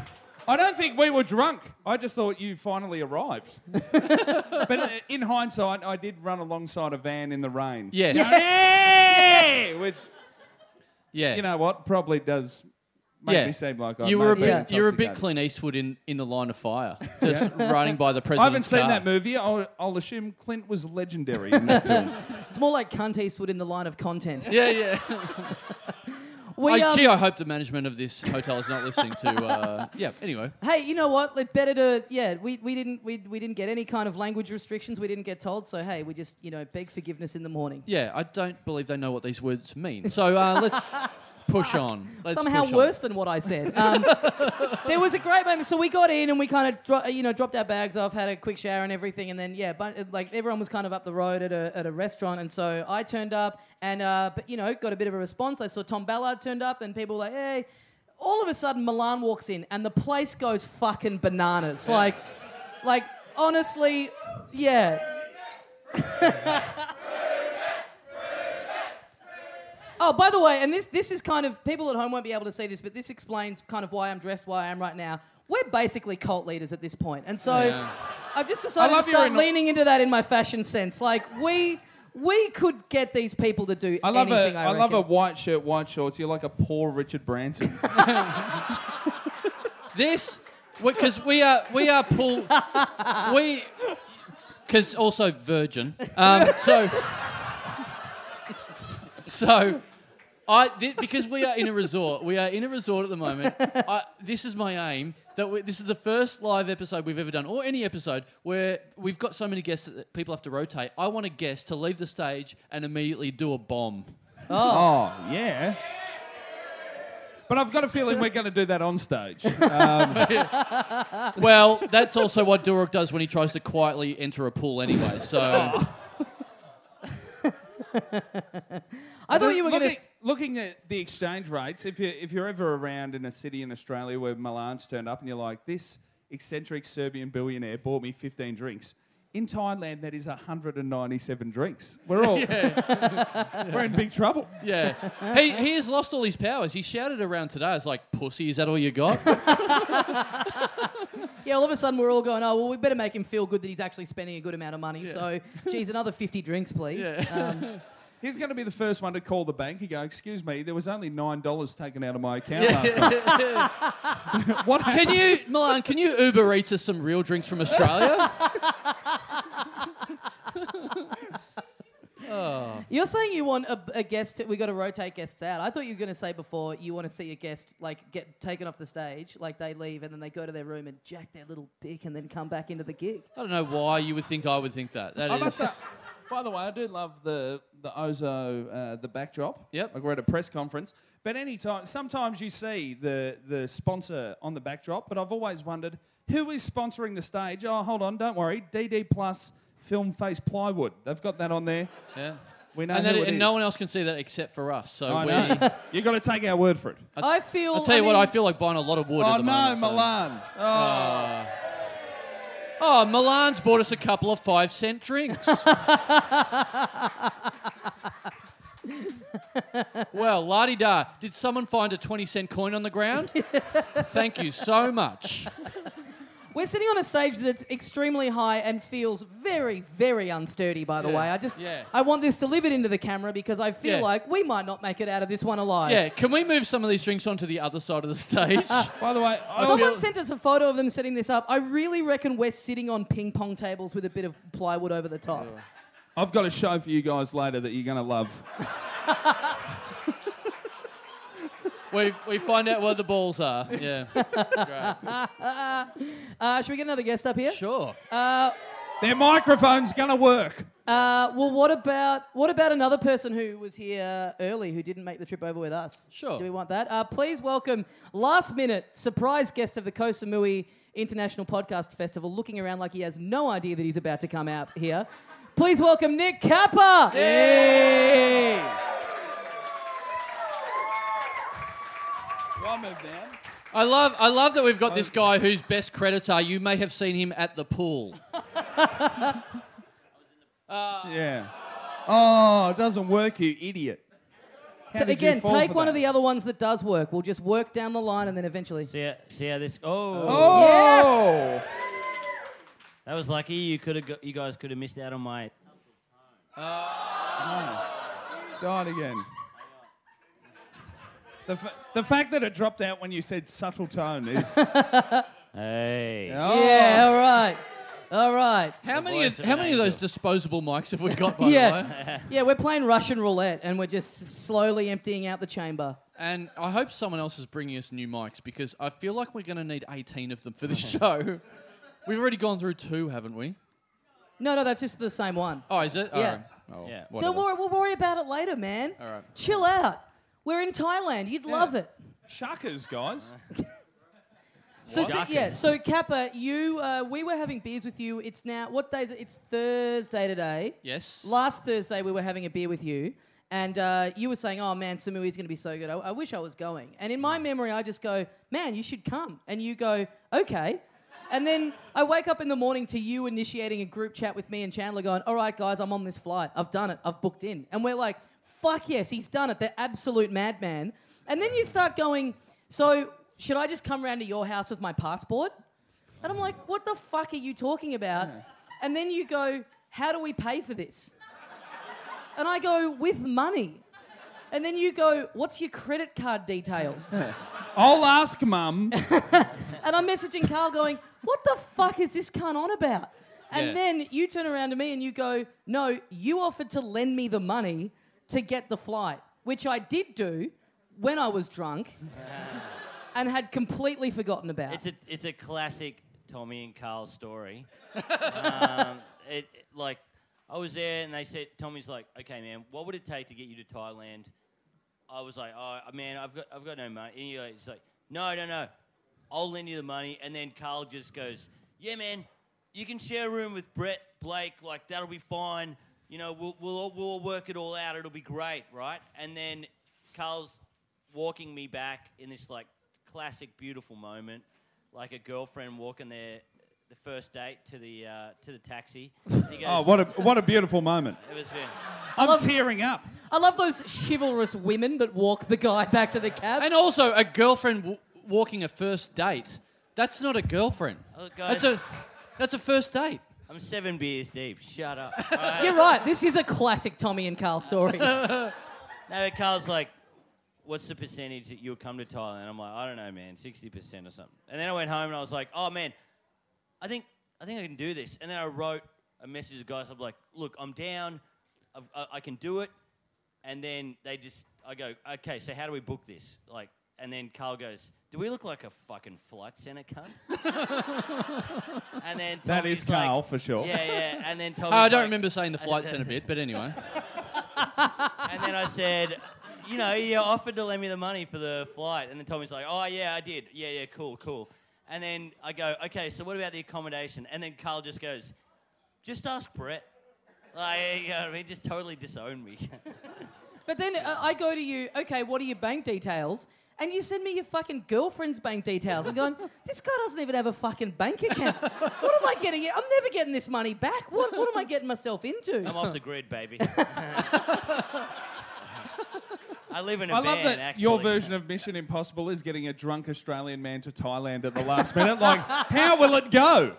[SPEAKER 3] I don't think we were drunk. I just thought you finally arrived. but uh, in hindsight, I did run alongside a van in the rain.
[SPEAKER 2] yes,
[SPEAKER 3] Hey! Which,
[SPEAKER 2] yeah,
[SPEAKER 3] you know what, probably does make
[SPEAKER 2] yeah.
[SPEAKER 3] me seem like I
[SPEAKER 2] you
[SPEAKER 3] may
[SPEAKER 2] were a
[SPEAKER 3] have been
[SPEAKER 2] bit, you were a bit
[SPEAKER 3] intoxicated.
[SPEAKER 2] Clint Eastwood in, in the line of fire, just running by the president.
[SPEAKER 3] I haven't seen that movie. I'll, I'll assume Clint was legendary in that film.
[SPEAKER 1] It's more like cunt Eastwood in the line of content.
[SPEAKER 2] Yeah, yeah.
[SPEAKER 1] We,
[SPEAKER 2] I,
[SPEAKER 1] um,
[SPEAKER 2] gee, I hope the management of this hotel is not listening to. Uh, yeah. Anyway,
[SPEAKER 1] Hey, you know what? Like better to yeah. We, we didn't we, we didn't get any kind of language restrictions. We didn't get told. So hey, we just you know beg forgiveness in the morning.
[SPEAKER 2] yeah, I don't believe they know what these words mean. So uh, let's push on. Let's
[SPEAKER 1] Somehow
[SPEAKER 2] push on.
[SPEAKER 1] worse than what I said. Um, there was a great moment. So we got in and we kind of dro- you know dropped our bags off, had a quick shower and everything, and then yeah, but like everyone was kind of up the road at a, at a restaurant, and so I turned up and uh, but you know got a bit of a response. I saw Tom Ballard turned up and people were like hey. All of a sudden, Milan walks in and the place goes fucking bananas. Like, like honestly, yeah. Oh, by the way, and this this is kind of people at home won't be able to see this, but this explains kind of why I'm dressed why I am right now. We're basically cult leaders at this point, and so
[SPEAKER 2] Yeah.
[SPEAKER 1] I've just decided
[SPEAKER 3] I
[SPEAKER 1] to
[SPEAKER 3] love your
[SPEAKER 1] start
[SPEAKER 3] ino-
[SPEAKER 1] leaning into that in my fashion sense. Like we we could get these people to do
[SPEAKER 3] I love
[SPEAKER 1] anything.
[SPEAKER 3] a,
[SPEAKER 1] I,
[SPEAKER 3] I love a
[SPEAKER 1] reckon.
[SPEAKER 3] white shirt, white shorts. You're like a poor Richard Branson.
[SPEAKER 2] This, because we are we are pull we, because also virgin. Um, so so. I, thi- because we are in a resort, we are in a resort at the moment. I, this is my aim that we, this is the first live episode we've ever done, or any episode where we've got so many guests that people have to rotate. I want a guest to leave the stage and immediately do a bomb.
[SPEAKER 3] oh yeah. But I've got a feeling we're going to do that on stage.
[SPEAKER 2] Well, that's also what Durok does when he tries to quietly enter a pool anyway. So um,
[SPEAKER 1] I thought you were
[SPEAKER 3] looking,
[SPEAKER 1] going to.
[SPEAKER 3] looking at the exchange rates. If you if you're ever around in a city in Australia where Milan's turned up and you're like, this eccentric Serbian billionaire bought me 15 drinks. In Thailand, that is 197 drinks. We're all we're in big trouble.
[SPEAKER 2] yeah, he he has lost all his powers. He shouted around today. I was like, "Pussy, is that all you got?"
[SPEAKER 1] Yeah, all of a sudden we're all going, oh, well, we better make him feel good that he's actually spending a good amount of money. So, geez, another 50 drinks, please. Um,
[SPEAKER 3] He's going to be the first one to call the bank and go, "Excuse me, there was only nine dollars taken out of my account last night." What happened?
[SPEAKER 2] Can you, Milan? Can you Uber Eats us some real drinks from Australia?
[SPEAKER 1] you're saying you want a, a guest, to, we got to rotate guests out. I thought you were going to say before you want to see a guest like get taken off the stage, like they leave and then they go to their room and jack their little dick and then come back into the gig.
[SPEAKER 2] I don't know why you would think I would think that. That
[SPEAKER 3] I
[SPEAKER 2] is,
[SPEAKER 3] must say, by the way, I do love the the Ozo uh, the backdrop.
[SPEAKER 2] Yep.
[SPEAKER 3] Like we're at a press conference, but anytime, sometimes you see the the sponsor on the backdrop. But I've always wondered who is sponsoring the stage. Oh, hold on, don't worry, DD Plus Film Face Plywood. They've got that on there.
[SPEAKER 2] yeah.
[SPEAKER 3] We know
[SPEAKER 2] And, that,
[SPEAKER 3] who it
[SPEAKER 2] and
[SPEAKER 3] is.
[SPEAKER 2] no one else can see that except for us. So
[SPEAKER 3] I
[SPEAKER 2] we,
[SPEAKER 3] know. you got to take our word for it.
[SPEAKER 1] I, feel.
[SPEAKER 2] I'll tell you what,
[SPEAKER 1] mean,
[SPEAKER 2] I feel like buying a lot of wood. at
[SPEAKER 3] Oh
[SPEAKER 2] the
[SPEAKER 3] no,
[SPEAKER 2] moment, so-
[SPEAKER 3] Milan. Oh,
[SPEAKER 2] Oh, Milan's bought us a couple of five cent drinks. well, la di da. Did someone find a 20 cent coin on the ground? Thank you so much.
[SPEAKER 1] We're sitting on a stage that's extremely high and feels very, very unsturdy, by the
[SPEAKER 2] Yeah,
[SPEAKER 1] way. I just,
[SPEAKER 2] yeah.
[SPEAKER 1] I want this delivered into the camera because I feel
[SPEAKER 2] Yeah.
[SPEAKER 1] like we might not make it out of this one alive.
[SPEAKER 2] Yeah, can we move some of these drinks onto the other side of the stage?
[SPEAKER 3] by the way, I
[SPEAKER 1] Someone
[SPEAKER 2] yeah.
[SPEAKER 1] sent us a photo of them setting this up. I really reckon we're sitting on ping pong tables with a bit of plywood over the top.
[SPEAKER 3] I've got a show for you guys later that you're going to love.
[SPEAKER 2] we, we find out where the balls are. Yeah. Great.
[SPEAKER 1] Uh, should we get another guest up here?
[SPEAKER 2] Sure.
[SPEAKER 3] Their microphone's going to work.
[SPEAKER 1] Uh, well, what about what about another person who was here early who didn't make the trip over with us?
[SPEAKER 2] Sure.
[SPEAKER 1] Do we want that? Uh, please welcome last minute surprise guest of the Koh Samui International Podcast Festival, looking around like he has no idea that he's about to come out here. Please welcome Nick Kappa.
[SPEAKER 2] Hey!
[SPEAKER 3] Do I move down?
[SPEAKER 2] I love, I love that we've got this guy whose best credits are you may have seen him at the pool.
[SPEAKER 3] Yeah. Oh, it doesn't work, you idiot. How
[SPEAKER 1] So
[SPEAKER 3] did you
[SPEAKER 1] again,
[SPEAKER 3] fall
[SPEAKER 1] take
[SPEAKER 3] for
[SPEAKER 1] one of
[SPEAKER 3] that?
[SPEAKER 1] the other ones that does work. We'll just work down the line and then eventually.
[SPEAKER 4] See how, see how this. Oh,
[SPEAKER 3] Oh!
[SPEAKER 1] Yes!
[SPEAKER 4] that was lucky. You could have. You guys could have missed out on my.
[SPEAKER 3] Died again. The, fa- the fact that it dropped out when you said subtle tone is.
[SPEAKER 4] Hey.
[SPEAKER 3] Oh.
[SPEAKER 1] Yeah, all right. All right.
[SPEAKER 2] How many,
[SPEAKER 4] voice
[SPEAKER 2] of,
[SPEAKER 4] of
[SPEAKER 2] how
[SPEAKER 4] an
[SPEAKER 2] many of those
[SPEAKER 4] angel.
[SPEAKER 2] disposable mics have we got, by the way?
[SPEAKER 1] Yeah. Yeah, we're playing Russian roulette and we're just slowly emptying out the chamber.
[SPEAKER 2] And I hope someone else is bringing us new mics because I feel like we're going to need 18 of them for this show. We've already gone through two, haven't we?
[SPEAKER 1] No, no, that's just the same one.
[SPEAKER 2] Oh, is it?
[SPEAKER 1] Yeah.
[SPEAKER 2] All right. Oh,
[SPEAKER 4] Yeah.
[SPEAKER 2] whatever.
[SPEAKER 1] Don't worry, we'll worry about it later, man.
[SPEAKER 2] All right.
[SPEAKER 1] Chill out. We're in Thailand. You'd love it.
[SPEAKER 3] Shuckers, guys.
[SPEAKER 1] So, so-
[SPEAKER 4] Yuckers.
[SPEAKER 1] yeah, so Kappa, you, uh, we were having beers with you. It's now what day is it? It's Thursday today.
[SPEAKER 2] Yes.
[SPEAKER 1] Last Thursday we were having a beer with you, and uh, you were saying, "Oh man, Samui is going to be so good. I, I wish I was going." And in my memory, I just go, "Man, you should come." And you go, "Okay." And then I wake up in the morning to you initiating a group chat with me and Chandler, going, "All right, guys, I'm on this flight. I've done it. I've booked in." And we're like, "Fuck yes, he's done it. The absolute madman." And then you start going, "So should I just come round to your house with my passport?" And I'm like, "What the fuck are you talking about?" And then you go, "How do we pay for this?" And I go, with money. And then you go, what's your credit card details? and
[SPEAKER 3] I'll ask mum.
[SPEAKER 1] I'm messaging Carl going, what the fuck is this cunt on about? And
[SPEAKER 2] Yeah.
[SPEAKER 1] then you turn around to me and you go, no, you offered to lend me the money to get the flight, which I did do when I was drunk and had completely forgotten about.
[SPEAKER 4] It's a it's a classic Tommy and Carl story. um, it, it- like I was there and they said Tommy's like, okay, man, what would it take to get you to Thailand? I was like, oh man, I've got I've got no money. And he goes- he's like, no, no, no, I'll lend you the money. And then Carl just goes, yeah, man, you can share a room with Brett Blake. Like that'll be fine. You know, we'll we'll all, we'll all work it all out. It'll be great, right? And then Carl's walking me back in this like classic beautiful moment, like a girlfriend walking their the first date to the uh, to the taxi. He goes,
[SPEAKER 3] Oh, what a what a beautiful moment.
[SPEAKER 4] It was fair.
[SPEAKER 3] I'm tearing up.
[SPEAKER 1] I love those chivalrous women that walk the guy back to the cab.
[SPEAKER 2] And also, a girlfriend w- walking a first date. That's not a girlfriend.
[SPEAKER 4] Oh, guys.
[SPEAKER 2] that's, a, that's a first date.
[SPEAKER 4] I'm seven beers deep. Shut up. All right.
[SPEAKER 1] You're right, this is a classic Tommy and Carl story.
[SPEAKER 4] No, but Carl's like, what's the percentage that you'll come to Thailand? I'm like, I don't know, man, 60% or something. And then I went home and I was like, oh, man, I think I think I can do this. And then I wrote a message to the guys. I'm like, look, I'm down. I've, I, I can do it. And then they just, I go, okay, so how do we book this? Like, and then Carl goes, do we look like a fucking flight center cunt? and then
[SPEAKER 3] That
[SPEAKER 4] Tommy's
[SPEAKER 3] is
[SPEAKER 4] like-
[SPEAKER 3] Carl for sure.
[SPEAKER 4] Yeah, yeah. And then Tommy's
[SPEAKER 2] I don't
[SPEAKER 4] Oh, like-
[SPEAKER 2] remember saying the flight centre bit, but anyway.
[SPEAKER 4] And then I said, you know, you offered to lend me the money for the flight. And then Tommy's like, oh, yeah, I did. Yeah, yeah, cool, cool. And then I go, okay, so what about the accommodation? And then Carl just goes, just ask Brett. Like, you know what I mean? Just totally disowned me.
[SPEAKER 1] But then uh, I go to you, okay, what are your bank details? And you send me your fucking girlfriend's bank details. I'm going, this guy doesn't even have a fucking bank account. What am I getting? I'm never getting this money back. What, what am I getting myself
[SPEAKER 4] I'm
[SPEAKER 1] into?
[SPEAKER 4] off the grid, baby. I live in a
[SPEAKER 3] I
[SPEAKER 4] van,
[SPEAKER 3] love that
[SPEAKER 4] actually.
[SPEAKER 3] your version of Mission Impossible is getting a drunk Australian man to Thailand at the last minute. Like, how will it go?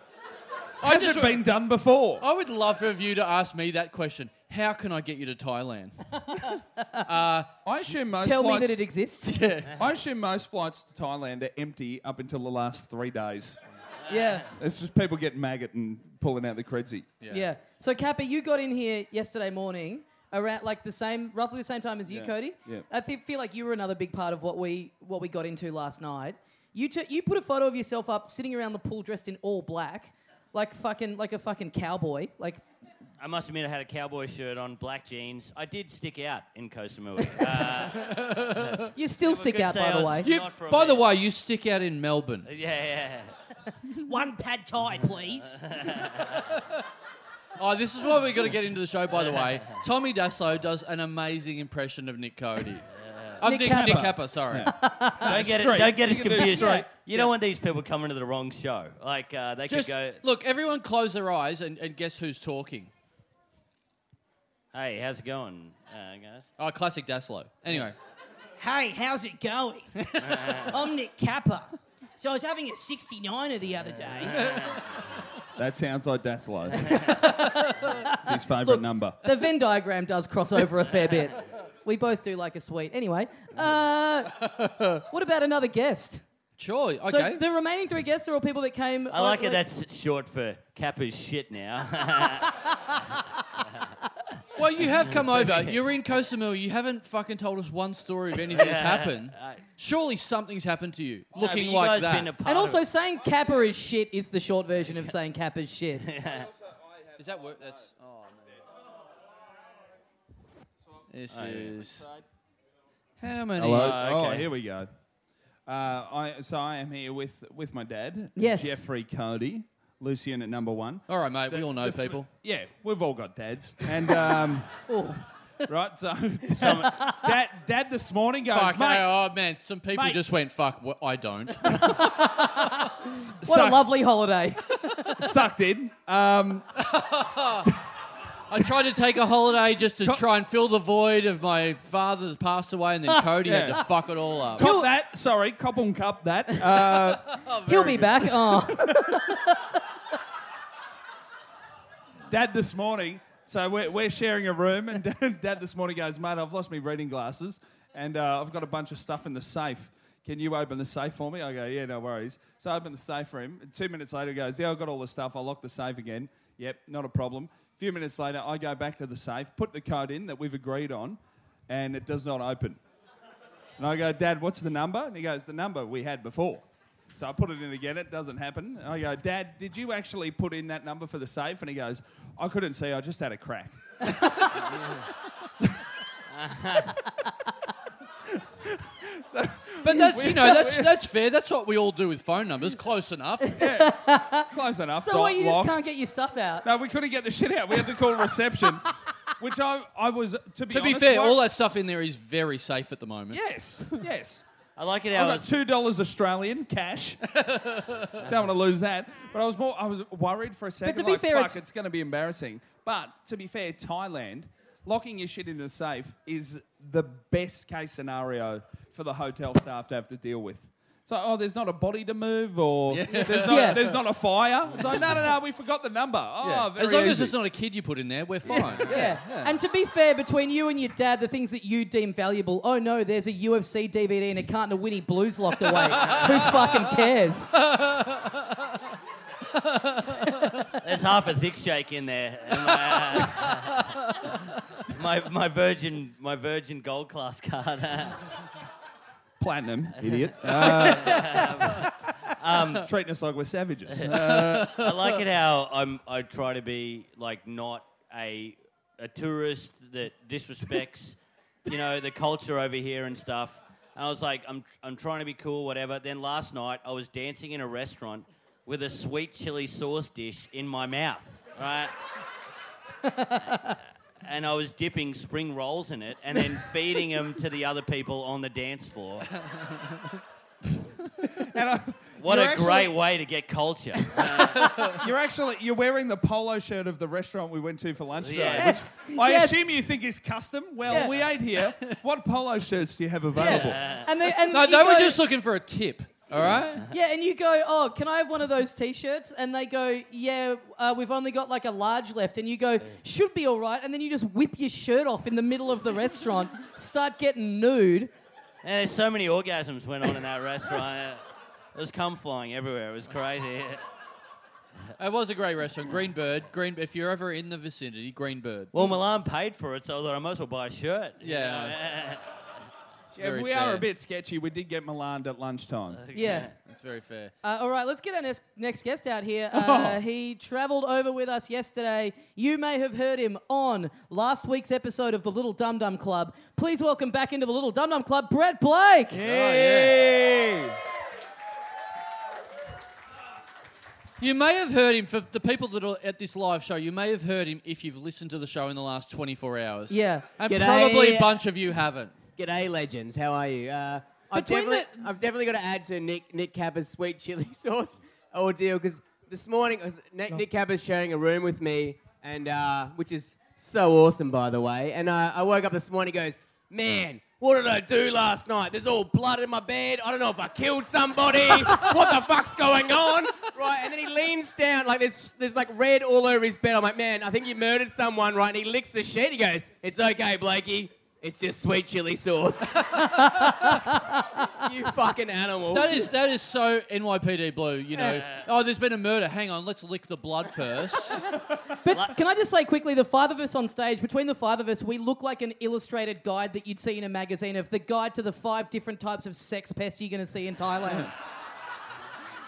[SPEAKER 2] I
[SPEAKER 3] Has it been done before?
[SPEAKER 2] I would love for you to ask me that question. How can I get you to Thailand?
[SPEAKER 3] I assume most
[SPEAKER 1] Tell me
[SPEAKER 3] flights,
[SPEAKER 1] that it exists.
[SPEAKER 3] I assume most flights to Thailand are empty up until the last three days.
[SPEAKER 1] Yeah.
[SPEAKER 3] It's just people getting maggot and pulling out the credsy.
[SPEAKER 1] Yeah. So Kappa, you got in here yesterday morning around like the same, roughly the same time as you,
[SPEAKER 3] Yeah.
[SPEAKER 1] Cody.
[SPEAKER 3] Yeah.
[SPEAKER 1] I thi- feel like you were another big part of what we what we got into last night. You took you put a photo of yourself up sitting around the pool dressed in all black, like fucking like a fucking cowboy, like
[SPEAKER 4] I must admit, I had a cowboy shirt on, black jeans. I did stick out in Koh Samui. Uh,
[SPEAKER 1] You still stick
[SPEAKER 4] could
[SPEAKER 1] out,
[SPEAKER 4] say
[SPEAKER 1] by
[SPEAKER 4] I
[SPEAKER 1] the
[SPEAKER 4] was-
[SPEAKER 1] way.
[SPEAKER 2] You,
[SPEAKER 4] Not for a
[SPEAKER 2] by the
[SPEAKER 4] minute.
[SPEAKER 2] way, you stick out in Melbourne.
[SPEAKER 4] yeah, yeah.
[SPEAKER 1] One pad thai, please.
[SPEAKER 2] Oh, this is what we got to get into the show, by the way. Tommy Daslow does an amazing impression of Nick Cody. I'm
[SPEAKER 1] Nick
[SPEAKER 2] Nick,
[SPEAKER 1] Capper.
[SPEAKER 2] Nick Capper, sorry.
[SPEAKER 4] Don't get, it,
[SPEAKER 3] straight.
[SPEAKER 4] don't get
[SPEAKER 3] You
[SPEAKER 4] us
[SPEAKER 3] can do
[SPEAKER 4] confused. You
[SPEAKER 3] straight.
[SPEAKER 4] don't want these people coming to the wrong show. Like, uh, they
[SPEAKER 2] Just
[SPEAKER 4] could go,
[SPEAKER 2] look, everyone close their eyes and, and guess who's talking.
[SPEAKER 4] Hey, how's it going, uh, guys?
[SPEAKER 2] Oh, classic Daslow. Anyway,
[SPEAKER 1] hey, how's it going? I'm Nick Kappa. So I was having a 69er the other day.
[SPEAKER 3] That sounds like Daslow. it's his favourite number.
[SPEAKER 1] the Venn diagram does cross over a fair bit. We both do like a sweet. Anyway, uh, what about another guest?
[SPEAKER 2] sure, okay.
[SPEAKER 1] So the remaining three guests are all people that came.
[SPEAKER 4] I like it. That's short for Kappa's shit now.
[SPEAKER 2] Well, you have come over. You're in Koh Samui. You haven't fucking told us one story of anything that's happened. Surely something's happened to you,
[SPEAKER 4] No, but
[SPEAKER 2] looking
[SPEAKER 4] you
[SPEAKER 2] like
[SPEAKER 4] guys
[SPEAKER 2] that.
[SPEAKER 4] Been a part
[SPEAKER 1] And also,
[SPEAKER 4] of it.
[SPEAKER 1] saying Kappa is shit is the short version of saying Kappa's shit.
[SPEAKER 2] Is that work? That's oh no. This is how many?
[SPEAKER 3] Hello.
[SPEAKER 4] Oh, okay.
[SPEAKER 3] Oh, here we go. Uh, I, so I am here with, with my dad,
[SPEAKER 1] Yes.
[SPEAKER 3] Jeffrey Cody, Lucian at number one.
[SPEAKER 2] All right, mate. we all know
[SPEAKER 3] The sm-
[SPEAKER 2] people.
[SPEAKER 3] Yeah, we've all got dads. And um,
[SPEAKER 1] Oh.
[SPEAKER 3] right, so dad, dad this morning goes,
[SPEAKER 2] Fuck.
[SPEAKER 3] mate,
[SPEAKER 2] Oh man, some people
[SPEAKER 3] mate.
[SPEAKER 2] just went fuck. What, I don't.
[SPEAKER 1] What a
[SPEAKER 3] suck-
[SPEAKER 1] lovely holiday.
[SPEAKER 3] sucked in. Um,
[SPEAKER 2] I tried to take a holiday just to
[SPEAKER 3] Co-
[SPEAKER 2] try and fill the void of my father's passed away, and then Cody had
[SPEAKER 3] Yeah.
[SPEAKER 2] to fuck it all up.
[SPEAKER 3] cop that. Sorry, cop on cup that. Uh,
[SPEAKER 1] He'll be back. Oh.
[SPEAKER 3] Dad this morning, so we're, we're sharing a room, and Dad, Dad this morning goes, mate, I've lost my reading glasses, and uh, I've got a bunch of stuff in the safe. Can you open the safe for me? I go, yeah, no worries. So I open the safe for him. and Two minutes later, he goes, yeah, I've got all the stuff. I lock the safe again. Yep, not a problem. A few minutes later, I go back to the safe, put the code in that we've agreed on, and it does not open. And I go, Dad, what's the number? And he goes, the number we had before. So I put it in again. It doesn't happen. And I go, Dad, did you actually put in that number for the safe? And he goes, I couldn't see. I just had a crack.
[SPEAKER 2] But that's you know that's that's fair. That's what we all do with phone numbers. Close enough.
[SPEAKER 3] Close enough.
[SPEAKER 1] So
[SPEAKER 3] dot,
[SPEAKER 1] what, you just
[SPEAKER 3] lock.
[SPEAKER 1] can't get your stuff out?
[SPEAKER 3] No, we couldn't get the shit out. We had to call reception, which I, I was, to be
[SPEAKER 2] To be
[SPEAKER 3] honest,
[SPEAKER 2] fair,
[SPEAKER 3] wor-
[SPEAKER 2] all that stuff in there is very safe at the moment.
[SPEAKER 3] Yes, yes.
[SPEAKER 4] I like it
[SPEAKER 3] I
[SPEAKER 4] how
[SPEAKER 1] Oh,
[SPEAKER 3] got
[SPEAKER 4] it's
[SPEAKER 3] two dollars Australian cash. Don't want to lose that. But I was more. I was worried for a second.
[SPEAKER 1] to be
[SPEAKER 3] like,
[SPEAKER 1] fair,
[SPEAKER 3] fuck,
[SPEAKER 1] it's-
[SPEAKER 3] it's, going to be embarrassing. But to be fair, Thailand, locking your shit in the safe is the best case scenario for the hotel staff to have to deal with. So, oh, there's not a body to move, or there's, not,
[SPEAKER 1] Yeah.
[SPEAKER 3] there's not a fire. It's like, no, no, no, we forgot the number. Oh,
[SPEAKER 2] Yeah.
[SPEAKER 3] very
[SPEAKER 2] as long as
[SPEAKER 3] easy.
[SPEAKER 2] it's not a kid you put in there, we're fine. Yeah.
[SPEAKER 1] Yeah. And to be fair, between you and your dad, the things that you deem valuable, oh no, there's a UFC DVD and a carton of Winnie Blues locked away. Who fucking cares?
[SPEAKER 4] There's half a thick shake in there. And my, uh, my my virgin my virgin gold class card. uh,
[SPEAKER 3] platinum, idiot. Uh,
[SPEAKER 2] Um,
[SPEAKER 3] treating us like we're savages.
[SPEAKER 4] I like it how I'm I try to be like not a a tourist that disrespects you know the culture over here and stuff. And I was like I'm I'm trying to be cool whatever. Then last night I was dancing in a restaurant with a sweet chili sauce dish in my mouth, right? and I was dipping spring rolls in it and then feeding them to the other people on the dance floor.
[SPEAKER 3] And I-
[SPEAKER 4] What
[SPEAKER 3] you're
[SPEAKER 4] a
[SPEAKER 3] actually-
[SPEAKER 4] great way to get culture.
[SPEAKER 3] You're actually you're wearing the polo shirt of the restaurant we went to for lunch today.
[SPEAKER 4] Yeah.
[SPEAKER 3] which
[SPEAKER 1] Yes.
[SPEAKER 3] I
[SPEAKER 1] Yes.
[SPEAKER 3] assume you think is custom. Well,
[SPEAKER 1] Yeah.
[SPEAKER 3] we ate here. What polo shirts do you have available?
[SPEAKER 1] And they, and
[SPEAKER 2] No,
[SPEAKER 1] you
[SPEAKER 2] they were
[SPEAKER 1] go-
[SPEAKER 2] just looking for a tip. All right.
[SPEAKER 1] Yeah, and you go, oh, can I have one of those T-shirts? And they go, yeah, uh, we've only got like a large left. And you go, should be all right. And then you just whip your shirt off in the middle of the restaurant, start getting nude.
[SPEAKER 4] Yeah, there's so many orgasms went on in that restaurant. It was cum flying everywhere. It was crazy.
[SPEAKER 2] It was a great restaurant, Green Bird. Green. If you're ever in the vicinity, Green Bird.
[SPEAKER 4] Well, Milan paid for it, so I thought I might as well buy a shirt. you
[SPEAKER 2] Yeah. It's
[SPEAKER 3] Yeah,
[SPEAKER 2] very
[SPEAKER 3] if we
[SPEAKER 2] fair.
[SPEAKER 3] are a bit sketchy, we did get Milan at lunchtime.
[SPEAKER 4] know?
[SPEAKER 1] Yeah.
[SPEAKER 2] It's very fair.
[SPEAKER 1] Uh, all right, let's get our next, next guest out here. Uh, He travelled over with us yesterday. You may have heard him on last week's episode of the Little Dum Dum Club. Please welcome back into the Little Dum Dum Club, Brett Blake.
[SPEAKER 3] Hey.
[SPEAKER 2] You may have heard him for the people that are at this live show. You may have heard him if you've listened to the show in the last 24 hours.
[SPEAKER 1] Yeah.
[SPEAKER 2] and
[SPEAKER 5] G'day.
[SPEAKER 2] probably a bunch of you haven't.
[SPEAKER 5] G'day, legends. How are you? Uh, I've,
[SPEAKER 1] Between
[SPEAKER 5] definitely, I've definitely got to add to Nick Nick Cabba's sweet chili sauce ordeal because this morning I was, Nick, Nick Cabba's sharing a room with me, and uh, which is so awesome, by the way. And uh, I woke up this morning, he goes, man. What did I do last night? There's all blood in my bed. I don't know if I killed somebody. what the fuck's going on? Right, and then he leans down like there's there's like red all over his bed. I'm like, man, I think you murdered someone, right? And he licks the sheet. He goes, "It's okay, Blakey. It's just sweet chili sauce. you fucking animal.
[SPEAKER 2] That is that is so NYPD blue, you know. Oh, there's been a murder. Hang on, let's lick the blood first.
[SPEAKER 1] But can I just say quickly, the five of us on stage, between the five of us, we look like an illustrated guide that you'd see in a magazine of the guide to the five different types of sex pests you're going to see in Thailand.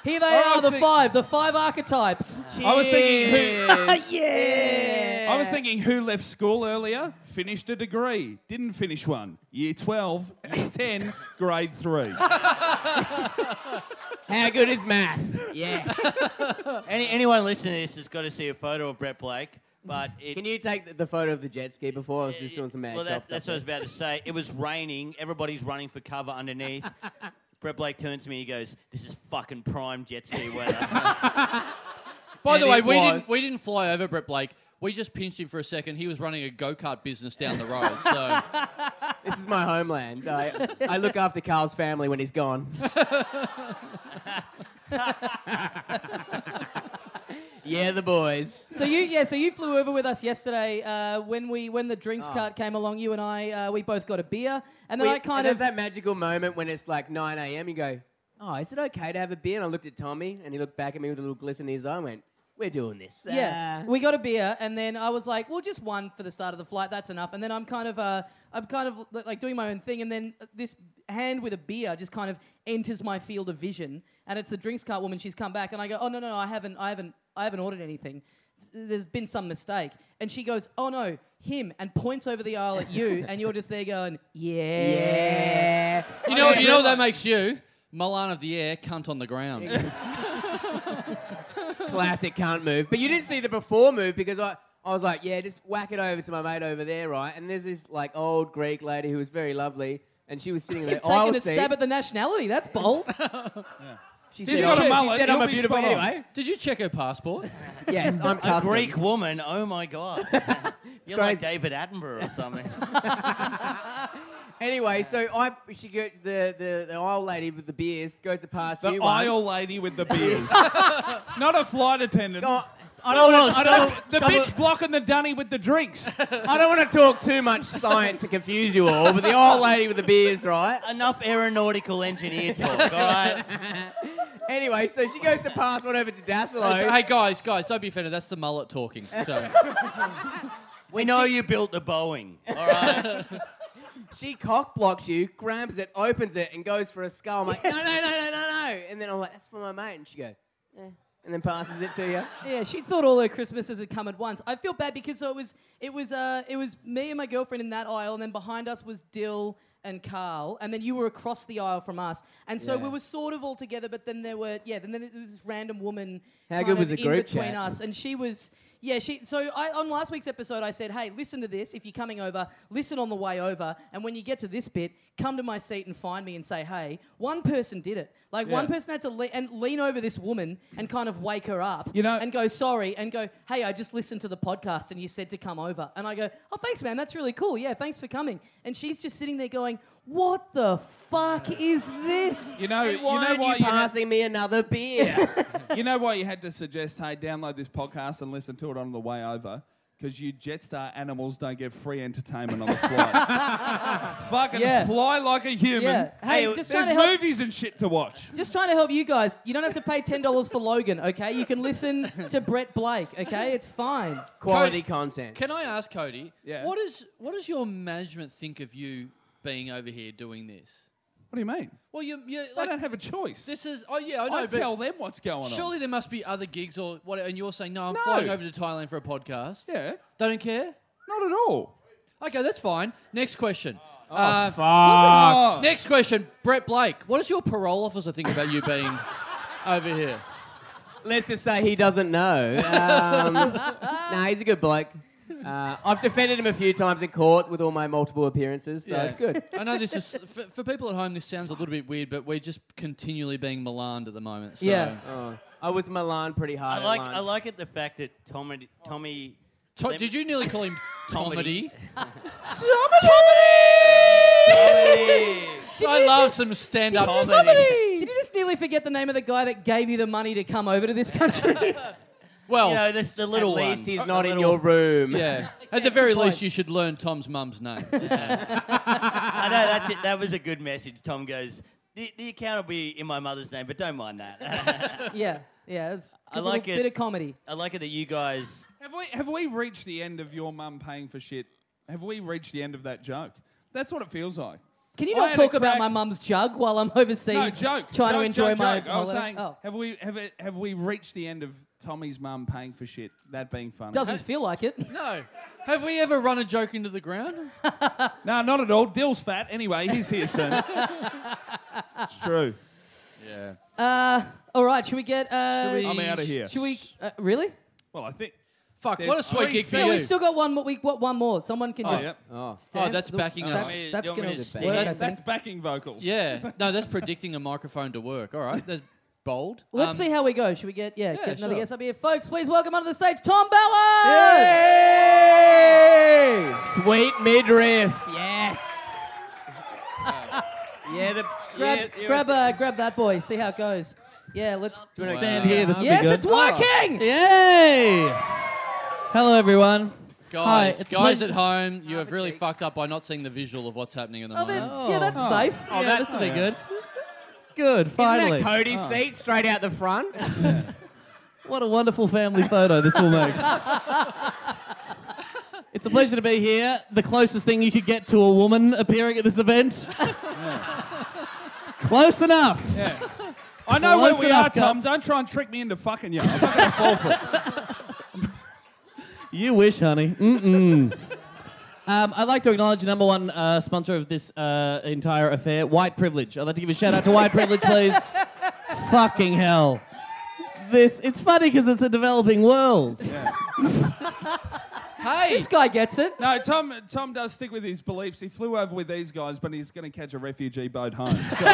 [SPEAKER 1] Here they
[SPEAKER 3] I
[SPEAKER 1] are,
[SPEAKER 3] was
[SPEAKER 1] the
[SPEAKER 3] think-
[SPEAKER 1] five, the five archetypes.
[SPEAKER 3] I was thinking who,
[SPEAKER 1] yeah.
[SPEAKER 3] I was thinking who left school earlier, finished a degree, didn't finish one. Year 12, year 10, grade 3.
[SPEAKER 5] How good is math? Yes.
[SPEAKER 4] Any, anyone listening to this has got to see a photo of Brett Blake, but it,
[SPEAKER 5] Can you take the- the photo of the jet ski before? I was just doing some mad
[SPEAKER 4] Well, that,
[SPEAKER 5] chops
[SPEAKER 4] that's
[SPEAKER 5] up
[SPEAKER 4] what I was about to say. It was raining. Everybody's running for cover underneath. Brett Blake turns to me. He goes, "This is fucking prime jet ski weather."
[SPEAKER 2] By
[SPEAKER 5] And
[SPEAKER 2] the way,
[SPEAKER 5] it
[SPEAKER 2] we
[SPEAKER 5] was.
[SPEAKER 2] didn't we didn't fly over Brett Blake. We just pinched him for a second. He was running a go kart business down the road. So
[SPEAKER 5] there. This is my homeland. I, I look after Carl's family when he's gone. yeah, the boys.
[SPEAKER 1] So you, yeah, so you flew over with us yesterday uh, when we when the drinks cart came along. You and I, uh, we both got a beer, and then
[SPEAKER 5] We-
[SPEAKER 1] I kind
[SPEAKER 5] and
[SPEAKER 1] of
[SPEAKER 5] there's that magical moment when it's like 9 a.m. You go, oh, is it okay to have a beer? And I looked at Tommy, and he looked back at me with a little glisten in his eye and went, we're doing this.
[SPEAKER 1] Yeah,
[SPEAKER 5] Uh,
[SPEAKER 1] we got a beer, and then I was like, "Well, just one for the start of the flight. That's enough." And then I'm kind of, uh, I'm kind of li- like doing my own thing, and then uh, this hand with a beer just kind of enters my field of vision, and it's the drinks cart woman. She's come back, and I go, "Oh no, no, I haven't, I haven't, I haven't ordered anything. S- There's been some mistake." And she goes, "Oh no, him," and points over the aisle at you, and you're just there going, "Yeah."
[SPEAKER 5] yeah.
[SPEAKER 2] you know you know what that makes you Milan of the air, cunt on the ground.
[SPEAKER 5] classic can't move. But you didn't see the before move because I, I was like, yeah, just whack it over to my mate over there, right? And there's this like old Greek lady who was very lovely, and she was sitting in
[SPEAKER 1] You've
[SPEAKER 5] the aisle
[SPEAKER 1] taken a
[SPEAKER 5] seat.
[SPEAKER 1] stab at the nationality. That's bold.
[SPEAKER 5] she
[SPEAKER 2] She's got a
[SPEAKER 5] "I'm-
[SPEAKER 3] mullet,
[SPEAKER 5] She said,
[SPEAKER 3] you'll
[SPEAKER 5] I'm a
[SPEAKER 3] be
[SPEAKER 5] beautiful
[SPEAKER 3] spot on."
[SPEAKER 5] anyway.
[SPEAKER 2] Did you check her passport?
[SPEAKER 5] Yes, I'm
[SPEAKER 4] a
[SPEAKER 5] custom.
[SPEAKER 4] Greek woman. Oh my god. You're like
[SPEAKER 5] crazy.
[SPEAKER 4] David Attenborough or something.
[SPEAKER 5] Anyway, so I she go, the, the the aisle lady with the beers goes to pass
[SPEAKER 3] The
[SPEAKER 5] you. one.
[SPEAKER 3] aisle lady with the beers. Not a flight attendant.
[SPEAKER 5] Oh, I
[SPEAKER 4] No,
[SPEAKER 5] don't
[SPEAKER 4] no,
[SPEAKER 5] want
[SPEAKER 3] I
[SPEAKER 5] to.
[SPEAKER 3] don't, the
[SPEAKER 4] Some
[SPEAKER 3] bitch blocking the dunny with the drinks.
[SPEAKER 5] I don't want to talk too much science to confuse you all, but the old lady with the beers, right?
[SPEAKER 4] Enough aeronautical engineer talk. All right.
[SPEAKER 5] Anyway, so she goes to pass one over to Dassilo.
[SPEAKER 2] hey guys, guys, don't be offended. That's the mullet talking. So
[SPEAKER 4] We know you built the Boeing. All right.
[SPEAKER 5] She cock blocks you, grabs it, opens it, and goes for a skull. I'm like, no, no, no, no, no, no. And then I'm like, that's for my mate. And she goes, eh. And then passes it to you.
[SPEAKER 1] Yeah, she thought all her Christmases had come at once. I feel bad because so it was it was uh, it was me and my girlfriend in that aisle, and then behind us was Dill and Carl, and then you were across the aisle from us, and so we
[SPEAKER 5] Yeah.
[SPEAKER 1] were sort of all together. But then there were yeah, then there was this random woman
[SPEAKER 5] How
[SPEAKER 1] kind
[SPEAKER 5] good
[SPEAKER 1] of
[SPEAKER 5] was the
[SPEAKER 1] in
[SPEAKER 5] group
[SPEAKER 1] between
[SPEAKER 5] chat?
[SPEAKER 1] us, and she was. Yeah, she. So I, on last week's episode, I said, "Hey, listen to this. If you're coming over, listen on the way over, and when you get to this bit, come to my seat and find me and say, hey." One person did it. Like one person had to le- and lean over this woman and kind of wake her up
[SPEAKER 3] You know-
[SPEAKER 1] and go sorry and go hey i just listened to the podcast and you said to come over and i go oh thanks man that's really cool yeah thanks for coming and she's just sitting there going what the fuck is this
[SPEAKER 3] You know,
[SPEAKER 5] And
[SPEAKER 3] you know
[SPEAKER 5] why
[SPEAKER 3] why
[SPEAKER 5] aren't you,
[SPEAKER 3] you had-
[SPEAKER 5] passing me another beer?
[SPEAKER 3] you know why you had to suggest, hey, download this podcast and listen to it on the way over? Because you Jetstar animals don't get free entertainment on the flight. Fucking
[SPEAKER 1] Yeah.
[SPEAKER 3] fly like a human.
[SPEAKER 1] yeah. hey,
[SPEAKER 4] Hey,
[SPEAKER 1] just trying
[SPEAKER 3] There's
[SPEAKER 1] to help
[SPEAKER 3] movies and shit to watch.
[SPEAKER 1] just trying to help you guys you don't have to pay $10 for logan okay you can listen to brett blake okay it's fine
[SPEAKER 2] Cody-
[SPEAKER 5] Quality content.
[SPEAKER 2] can I ask Cody?
[SPEAKER 3] Yeah.
[SPEAKER 2] What is what does your management think of you being over here doing this?
[SPEAKER 3] What do you mean?
[SPEAKER 2] Well, you you
[SPEAKER 3] I
[SPEAKER 2] like
[SPEAKER 3] don't have a choice.
[SPEAKER 2] this is oh yeah I know
[SPEAKER 3] I
[SPEAKER 2] but
[SPEAKER 3] tell them what's going
[SPEAKER 2] Surely
[SPEAKER 3] on.
[SPEAKER 2] there must be other gigs or what? And you're saying no, I'm
[SPEAKER 3] No.
[SPEAKER 2] flying over to Thailand for a podcast.
[SPEAKER 3] Yeah,
[SPEAKER 2] They don't care.
[SPEAKER 3] not at all. Okay,
[SPEAKER 2] Okay, that's fine. Next question. Uh,
[SPEAKER 3] Oh, fuck.
[SPEAKER 2] Next question, Brett Blake. What does your parole officer think about you being over here?
[SPEAKER 5] Let's just say he doesn't know. Um, nah, he's a good bloke. Uh, I've defended him a few times in court with all my multiple appearances, so
[SPEAKER 2] Yeah.
[SPEAKER 5] it's good.
[SPEAKER 2] I know this is for, for people at home. This sounds a little bit weird, but we're just continually being malaned at the moment. So.
[SPEAKER 1] Yeah.
[SPEAKER 5] Oh, I was Milan pretty hard.
[SPEAKER 4] I like
[SPEAKER 5] At lunch.
[SPEAKER 4] I like it the fact that Tommy Tommy
[SPEAKER 2] To- did you nearly call him Tomedy?
[SPEAKER 4] Comedy.
[SPEAKER 5] Oh.
[SPEAKER 2] I love some stand-up.
[SPEAKER 4] Comedy.
[SPEAKER 1] did you just nearly forget the name of the guy that gave you the money to come over to this country
[SPEAKER 2] Well,
[SPEAKER 4] You know, this, the
[SPEAKER 5] At
[SPEAKER 4] little one.
[SPEAKER 5] least he's
[SPEAKER 4] The
[SPEAKER 5] not in
[SPEAKER 4] little-
[SPEAKER 5] your room.
[SPEAKER 2] yeah. At the very
[SPEAKER 1] good point.
[SPEAKER 2] least, you should learn Tom's mum's name.
[SPEAKER 4] I know that's it. That was a good message. Tom goes, the, the account will be in my mother's name, but don't mind that.
[SPEAKER 1] Yeah, yeah. It's
[SPEAKER 4] I like
[SPEAKER 1] a
[SPEAKER 4] it.
[SPEAKER 1] Bit of comedy.
[SPEAKER 4] I like it that you guys.
[SPEAKER 3] Have we have we reached the end of your mum paying for shit? Have we reached the end of that joke? That's what it feels like.
[SPEAKER 1] Can you
[SPEAKER 3] I
[SPEAKER 1] not
[SPEAKER 3] had a
[SPEAKER 1] talk about
[SPEAKER 3] crack-
[SPEAKER 1] my mum's jug while I'm overseas
[SPEAKER 3] No joke.
[SPEAKER 1] trying to
[SPEAKER 3] joke,
[SPEAKER 1] enjoy
[SPEAKER 3] joke,
[SPEAKER 1] my
[SPEAKER 3] joke. I was
[SPEAKER 1] holiday?
[SPEAKER 3] saying,
[SPEAKER 1] Oh.
[SPEAKER 3] have we have it, have we reached the end of Tommy's mum paying for shit? That being funny.
[SPEAKER 1] Doesn't feel like it.
[SPEAKER 2] no. Have we ever run a joke into the ground?
[SPEAKER 3] no, not at all. Dill's fat. Anyway, he's here soon. it's true.
[SPEAKER 2] Yeah.
[SPEAKER 1] All right, should we get? Uh,
[SPEAKER 2] Should we-
[SPEAKER 3] I'm out of here.
[SPEAKER 1] should we- uh, really?
[SPEAKER 3] Well, I think.
[SPEAKER 2] Fuck,
[SPEAKER 3] There's
[SPEAKER 2] what a sweet
[SPEAKER 3] three
[SPEAKER 2] gig for
[SPEAKER 3] sets.
[SPEAKER 1] No,
[SPEAKER 2] you.
[SPEAKER 1] we still got one more. We got one more. Someone can
[SPEAKER 2] Oh,
[SPEAKER 1] just.
[SPEAKER 3] Yep.
[SPEAKER 5] Oh.
[SPEAKER 1] stand-
[SPEAKER 2] that's backing
[SPEAKER 1] that's,
[SPEAKER 2] us.
[SPEAKER 4] Do you
[SPEAKER 1] That's
[SPEAKER 4] want me
[SPEAKER 1] gonna
[SPEAKER 4] to
[SPEAKER 1] work.
[SPEAKER 4] stand?
[SPEAKER 1] I
[SPEAKER 2] That's-
[SPEAKER 1] think.
[SPEAKER 3] That's backing vocals.
[SPEAKER 2] Yeah. No, that's predicting a microphone to work. All right. That's bold.
[SPEAKER 1] Let's
[SPEAKER 2] Um,
[SPEAKER 1] see how we go. Should we get yeah,
[SPEAKER 2] yeah,
[SPEAKER 1] get another
[SPEAKER 2] sure.
[SPEAKER 1] guest up here, folks? Please welcome onto the stage Tom Ballard.
[SPEAKER 5] Yay! Sweet midriff. Yes. yeah, the
[SPEAKER 1] Grab,
[SPEAKER 5] yeah,
[SPEAKER 1] grab, uh, grab that boy. See how it goes. Yeah, let's.
[SPEAKER 5] stand here. This will
[SPEAKER 1] Yes,
[SPEAKER 5] be good.
[SPEAKER 1] it's working.
[SPEAKER 6] Yay! Hello, everyone. Hi,
[SPEAKER 2] Guys,
[SPEAKER 6] it's
[SPEAKER 2] guys
[SPEAKER 6] pleasure-
[SPEAKER 2] at home, you have really fucked up by not seeing the visual of what's happening in the
[SPEAKER 1] Oh, then,
[SPEAKER 2] moment.
[SPEAKER 1] yeah, that's safe.
[SPEAKER 5] Oh,
[SPEAKER 6] yeah,
[SPEAKER 5] that's
[SPEAKER 6] this will be good. Good,
[SPEAKER 5] Isn't
[SPEAKER 6] finally.
[SPEAKER 5] that Cody's seat straight out the front?
[SPEAKER 6] what a wonderful family photo this will make. it's a pleasure to be here. The closest thing you could get to a woman appearing at this event. Close enough.
[SPEAKER 3] I know where
[SPEAKER 6] Close
[SPEAKER 3] we
[SPEAKER 6] enough,
[SPEAKER 3] are, Tom.
[SPEAKER 6] cunts.
[SPEAKER 3] Don't try and trick me into fucking you. I'm not going to fall for it.
[SPEAKER 6] You wish, honey. Mm-mm. Um, I'd like to acknowledge the number one uh, sponsor of this uh, entire affair, White Privilege. I'd like to give a shout out to White Privilege, please. Fucking hell. This it's funny because it's a developing world.
[SPEAKER 2] Hey!
[SPEAKER 1] This guy gets it.
[SPEAKER 3] No, Tom. Tom does stick with his beliefs. He flew over with these guys, but he's going to catch a refugee boat home. So.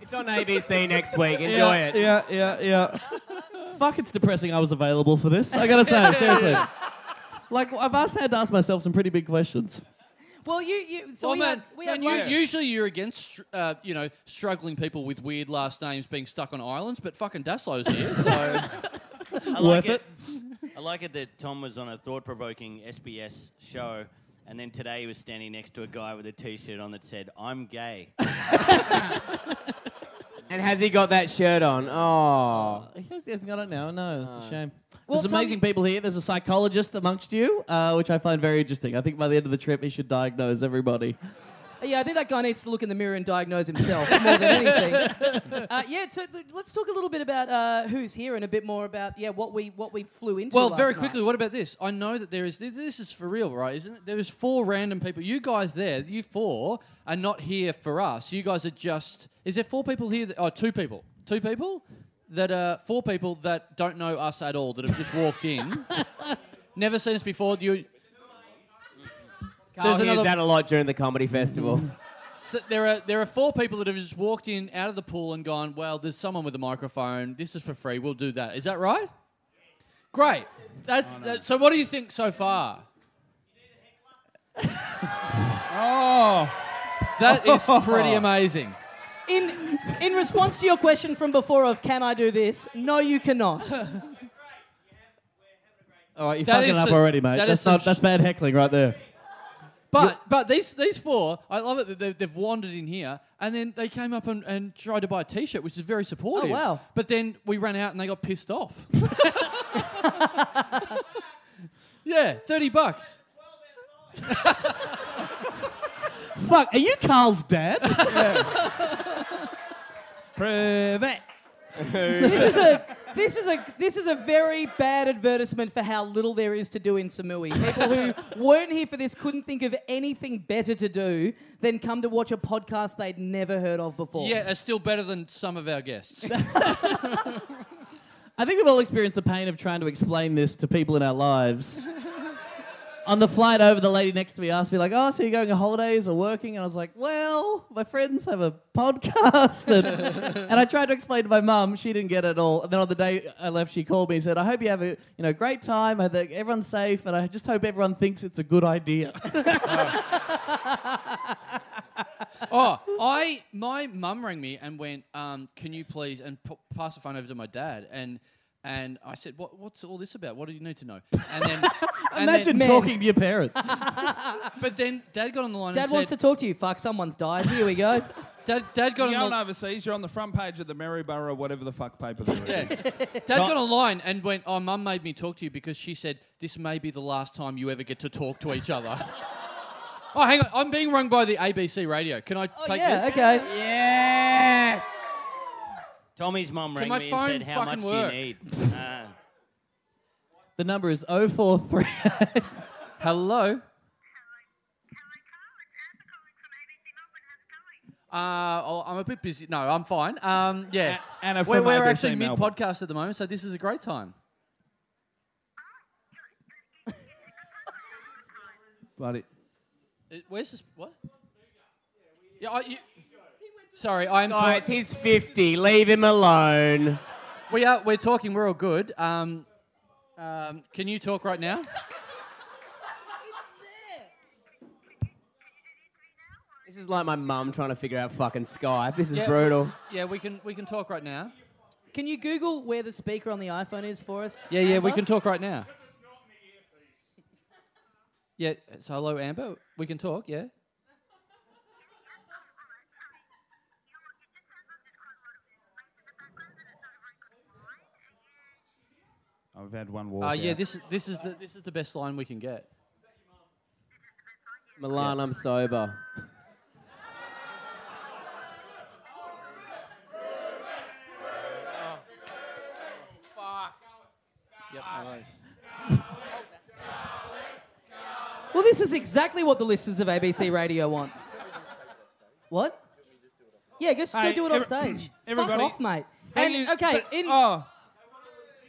[SPEAKER 5] it's on ABC next week. Enjoy
[SPEAKER 6] yeah,
[SPEAKER 5] it.
[SPEAKER 6] yeah, yeah, yeah. Fuck, it's depressing. I was available for this. I gotta say, seriously. Like I've asked, had to ask myself some pretty big questions.
[SPEAKER 1] Well, you, you so
[SPEAKER 2] Well,
[SPEAKER 1] we
[SPEAKER 2] Oh, man,
[SPEAKER 1] had we
[SPEAKER 2] man,
[SPEAKER 1] had
[SPEAKER 2] you-
[SPEAKER 1] lunch.
[SPEAKER 2] usually you're against, str- uh, you know, struggling people with weird last names being stuck on islands, but fucking Daslo's here, so
[SPEAKER 4] I
[SPEAKER 6] Worth
[SPEAKER 4] like it. I like it that Tom was on a thought-provoking SBS show, and then today he was standing next to a guy with a T-shirt on that said, "I'm gay."
[SPEAKER 5] And has he got that shirt on? Oh.
[SPEAKER 6] He has- he hasn't got it now. No, it's a shame.
[SPEAKER 1] Well,
[SPEAKER 6] There's
[SPEAKER 1] Tom,
[SPEAKER 6] amazing
[SPEAKER 1] you-
[SPEAKER 6] people here. There's a psychologist amongst you, uh, which I find very interesting. I think by the end of the trip, he should diagnose everybody.
[SPEAKER 1] Yeah, I think that guy needs to look in the mirror and diagnose himself more than anything. uh, yeah, so th- let's talk a little bit about uh, who's here and a bit more about yeah what we what we flew into.
[SPEAKER 2] Well,
[SPEAKER 1] last
[SPEAKER 2] very
[SPEAKER 1] night.
[SPEAKER 2] quickly, what about this? I know that there is. This, this is for real, right? Isn't it? There is four random people. You guys there, you four, are not here for us. You guys are just. Is there four people here? That, oh, two people. Two people that are four people that don't know us at all. That have just walked in, never seen us before. You.
[SPEAKER 5] Carl
[SPEAKER 2] There's
[SPEAKER 5] hears
[SPEAKER 2] another-
[SPEAKER 5] that a lot during the comedy festival.
[SPEAKER 2] So there are there are four people that have just walked in out of the pool and gone. Well, there's someone with a microphone. This is for free. We'll do that. Is that right? Great. That's
[SPEAKER 1] Oh,
[SPEAKER 2] that, so. What do you think so far?
[SPEAKER 3] Oh,
[SPEAKER 2] That is pretty amazing.
[SPEAKER 1] In in response to your question from before of can I do this? No, you cannot.
[SPEAKER 6] All right, you
[SPEAKER 2] That
[SPEAKER 6] fucking
[SPEAKER 2] is
[SPEAKER 6] up
[SPEAKER 2] some-
[SPEAKER 6] already, mate.
[SPEAKER 2] that is
[SPEAKER 6] that's not,
[SPEAKER 2] some sh-
[SPEAKER 6] that's bad heckling right there.
[SPEAKER 2] But but these these four, I love it that they've, they've wandered in here, and then they came up and, and tried to buy a T-shirt, which is very supportive.
[SPEAKER 1] Oh, wow.
[SPEAKER 2] But then we ran out and they got pissed off. yeah, thirty bucks.
[SPEAKER 6] Fuck, are you Carl's dad?
[SPEAKER 3] prove it.
[SPEAKER 1] this is a this is a this is a very bad advertisement for how little there is to do in Samui. People who weren't here for this couldn't think of anything better to do than come to watch a podcast they'd never heard of before.
[SPEAKER 2] Yeah, it's still better than some of our guests.
[SPEAKER 6] I think we've all experienced the pain of trying to explain this to people in our lives. On the flight over, the lady next to me asked me, like, oh, so you're going on holidays or working? And I was like, well, my friends have a podcast. And, and I tried to explain to my mum. She didn't get it at all. And then on the day I left, she called me and said, I hope you have a you know, great time. I hope that everyone's safe. And I just hope everyone thinks it's a good idea.
[SPEAKER 2] oh, I my mum rang me and went, um, "Can you please?" and p- pass the phone over to my dad and. And I said, what, What's all this about? What do you need to know? And then, and
[SPEAKER 6] Imagine
[SPEAKER 2] then,
[SPEAKER 6] talking to your parents.
[SPEAKER 2] But then Dad got on the line
[SPEAKER 1] Dad
[SPEAKER 2] and
[SPEAKER 1] wants to
[SPEAKER 2] said,
[SPEAKER 1] talk to you. Fuck, someone's died. Here we go.
[SPEAKER 2] Dad, Dad got
[SPEAKER 3] You're
[SPEAKER 2] on
[SPEAKER 3] going
[SPEAKER 2] the
[SPEAKER 3] overseas, you're on the front page of the Maryborough, whatever the fuck paper there is.
[SPEAKER 2] Yes. Dad got online and went, Oh, Mum made me talk to you because she said, This may be the last time you ever get to talk to each other. oh, hang on. I'm being rung by the ABC radio. Can I
[SPEAKER 1] Oh,
[SPEAKER 2] take
[SPEAKER 1] yeah,
[SPEAKER 2] this?
[SPEAKER 1] okay.
[SPEAKER 5] Yes.
[SPEAKER 4] Tommy's mum rang
[SPEAKER 2] my
[SPEAKER 4] me and said,
[SPEAKER 2] phone
[SPEAKER 4] "How much
[SPEAKER 2] fucking work?"
[SPEAKER 4] do you need?" Uh,
[SPEAKER 6] the number is
[SPEAKER 2] Hello.
[SPEAKER 6] 043.
[SPEAKER 7] Hello, Carl. It's Anna calling from ABC Melbourne. How's it going?
[SPEAKER 2] Uh, oh, I'm a bit busy. No, I'm fine. Um, yeah.
[SPEAKER 3] A- Anna
[SPEAKER 2] we're
[SPEAKER 3] from
[SPEAKER 2] we're
[SPEAKER 3] ABC
[SPEAKER 2] actually mid
[SPEAKER 3] Melbourne.
[SPEAKER 2] podcast at the moment, so this is a great time.
[SPEAKER 3] Bloody.
[SPEAKER 2] It, Uh, where's this? What? Yeah, I, you, sorry, I'm.
[SPEAKER 5] Guys, he's 50. Leave him alone.
[SPEAKER 2] we are. We're talking. We're all good. Um, um, can you talk right now?
[SPEAKER 5] This is like my mum trying to figure out fucking Skype. This is
[SPEAKER 2] Yeah.
[SPEAKER 5] brutal.
[SPEAKER 2] Yeah, we can. We can talk right now.
[SPEAKER 1] Can you Google where the speaker on the iPhone is for us?
[SPEAKER 2] Yeah, yeah, we
[SPEAKER 1] Amber?
[SPEAKER 2] can talk right now. Yeah, so hello, Amber. We can talk, yeah?
[SPEAKER 3] I've had one walk.
[SPEAKER 2] Uh, yeah,
[SPEAKER 3] out.
[SPEAKER 2] this is this is the this is the best line we can get.
[SPEAKER 5] Milan, I'm sober.
[SPEAKER 2] Yep, no worries.
[SPEAKER 1] Well, this is exactly what the listeners of ABC Radio want. What? Yeah, just go
[SPEAKER 3] Hey,
[SPEAKER 1] do it on
[SPEAKER 3] every-
[SPEAKER 1] stage.
[SPEAKER 3] everybody-
[SPEAKER 1] Fuck off, mate.
[SPEAKER 3] How
[SPEAKER 1] And,
[SPEAKER 3] do you-
[SPEAKER 1] okay,
[SPEAKER 3] but-
[SPEAKER 1] in,
[SPEAKER 3] oh,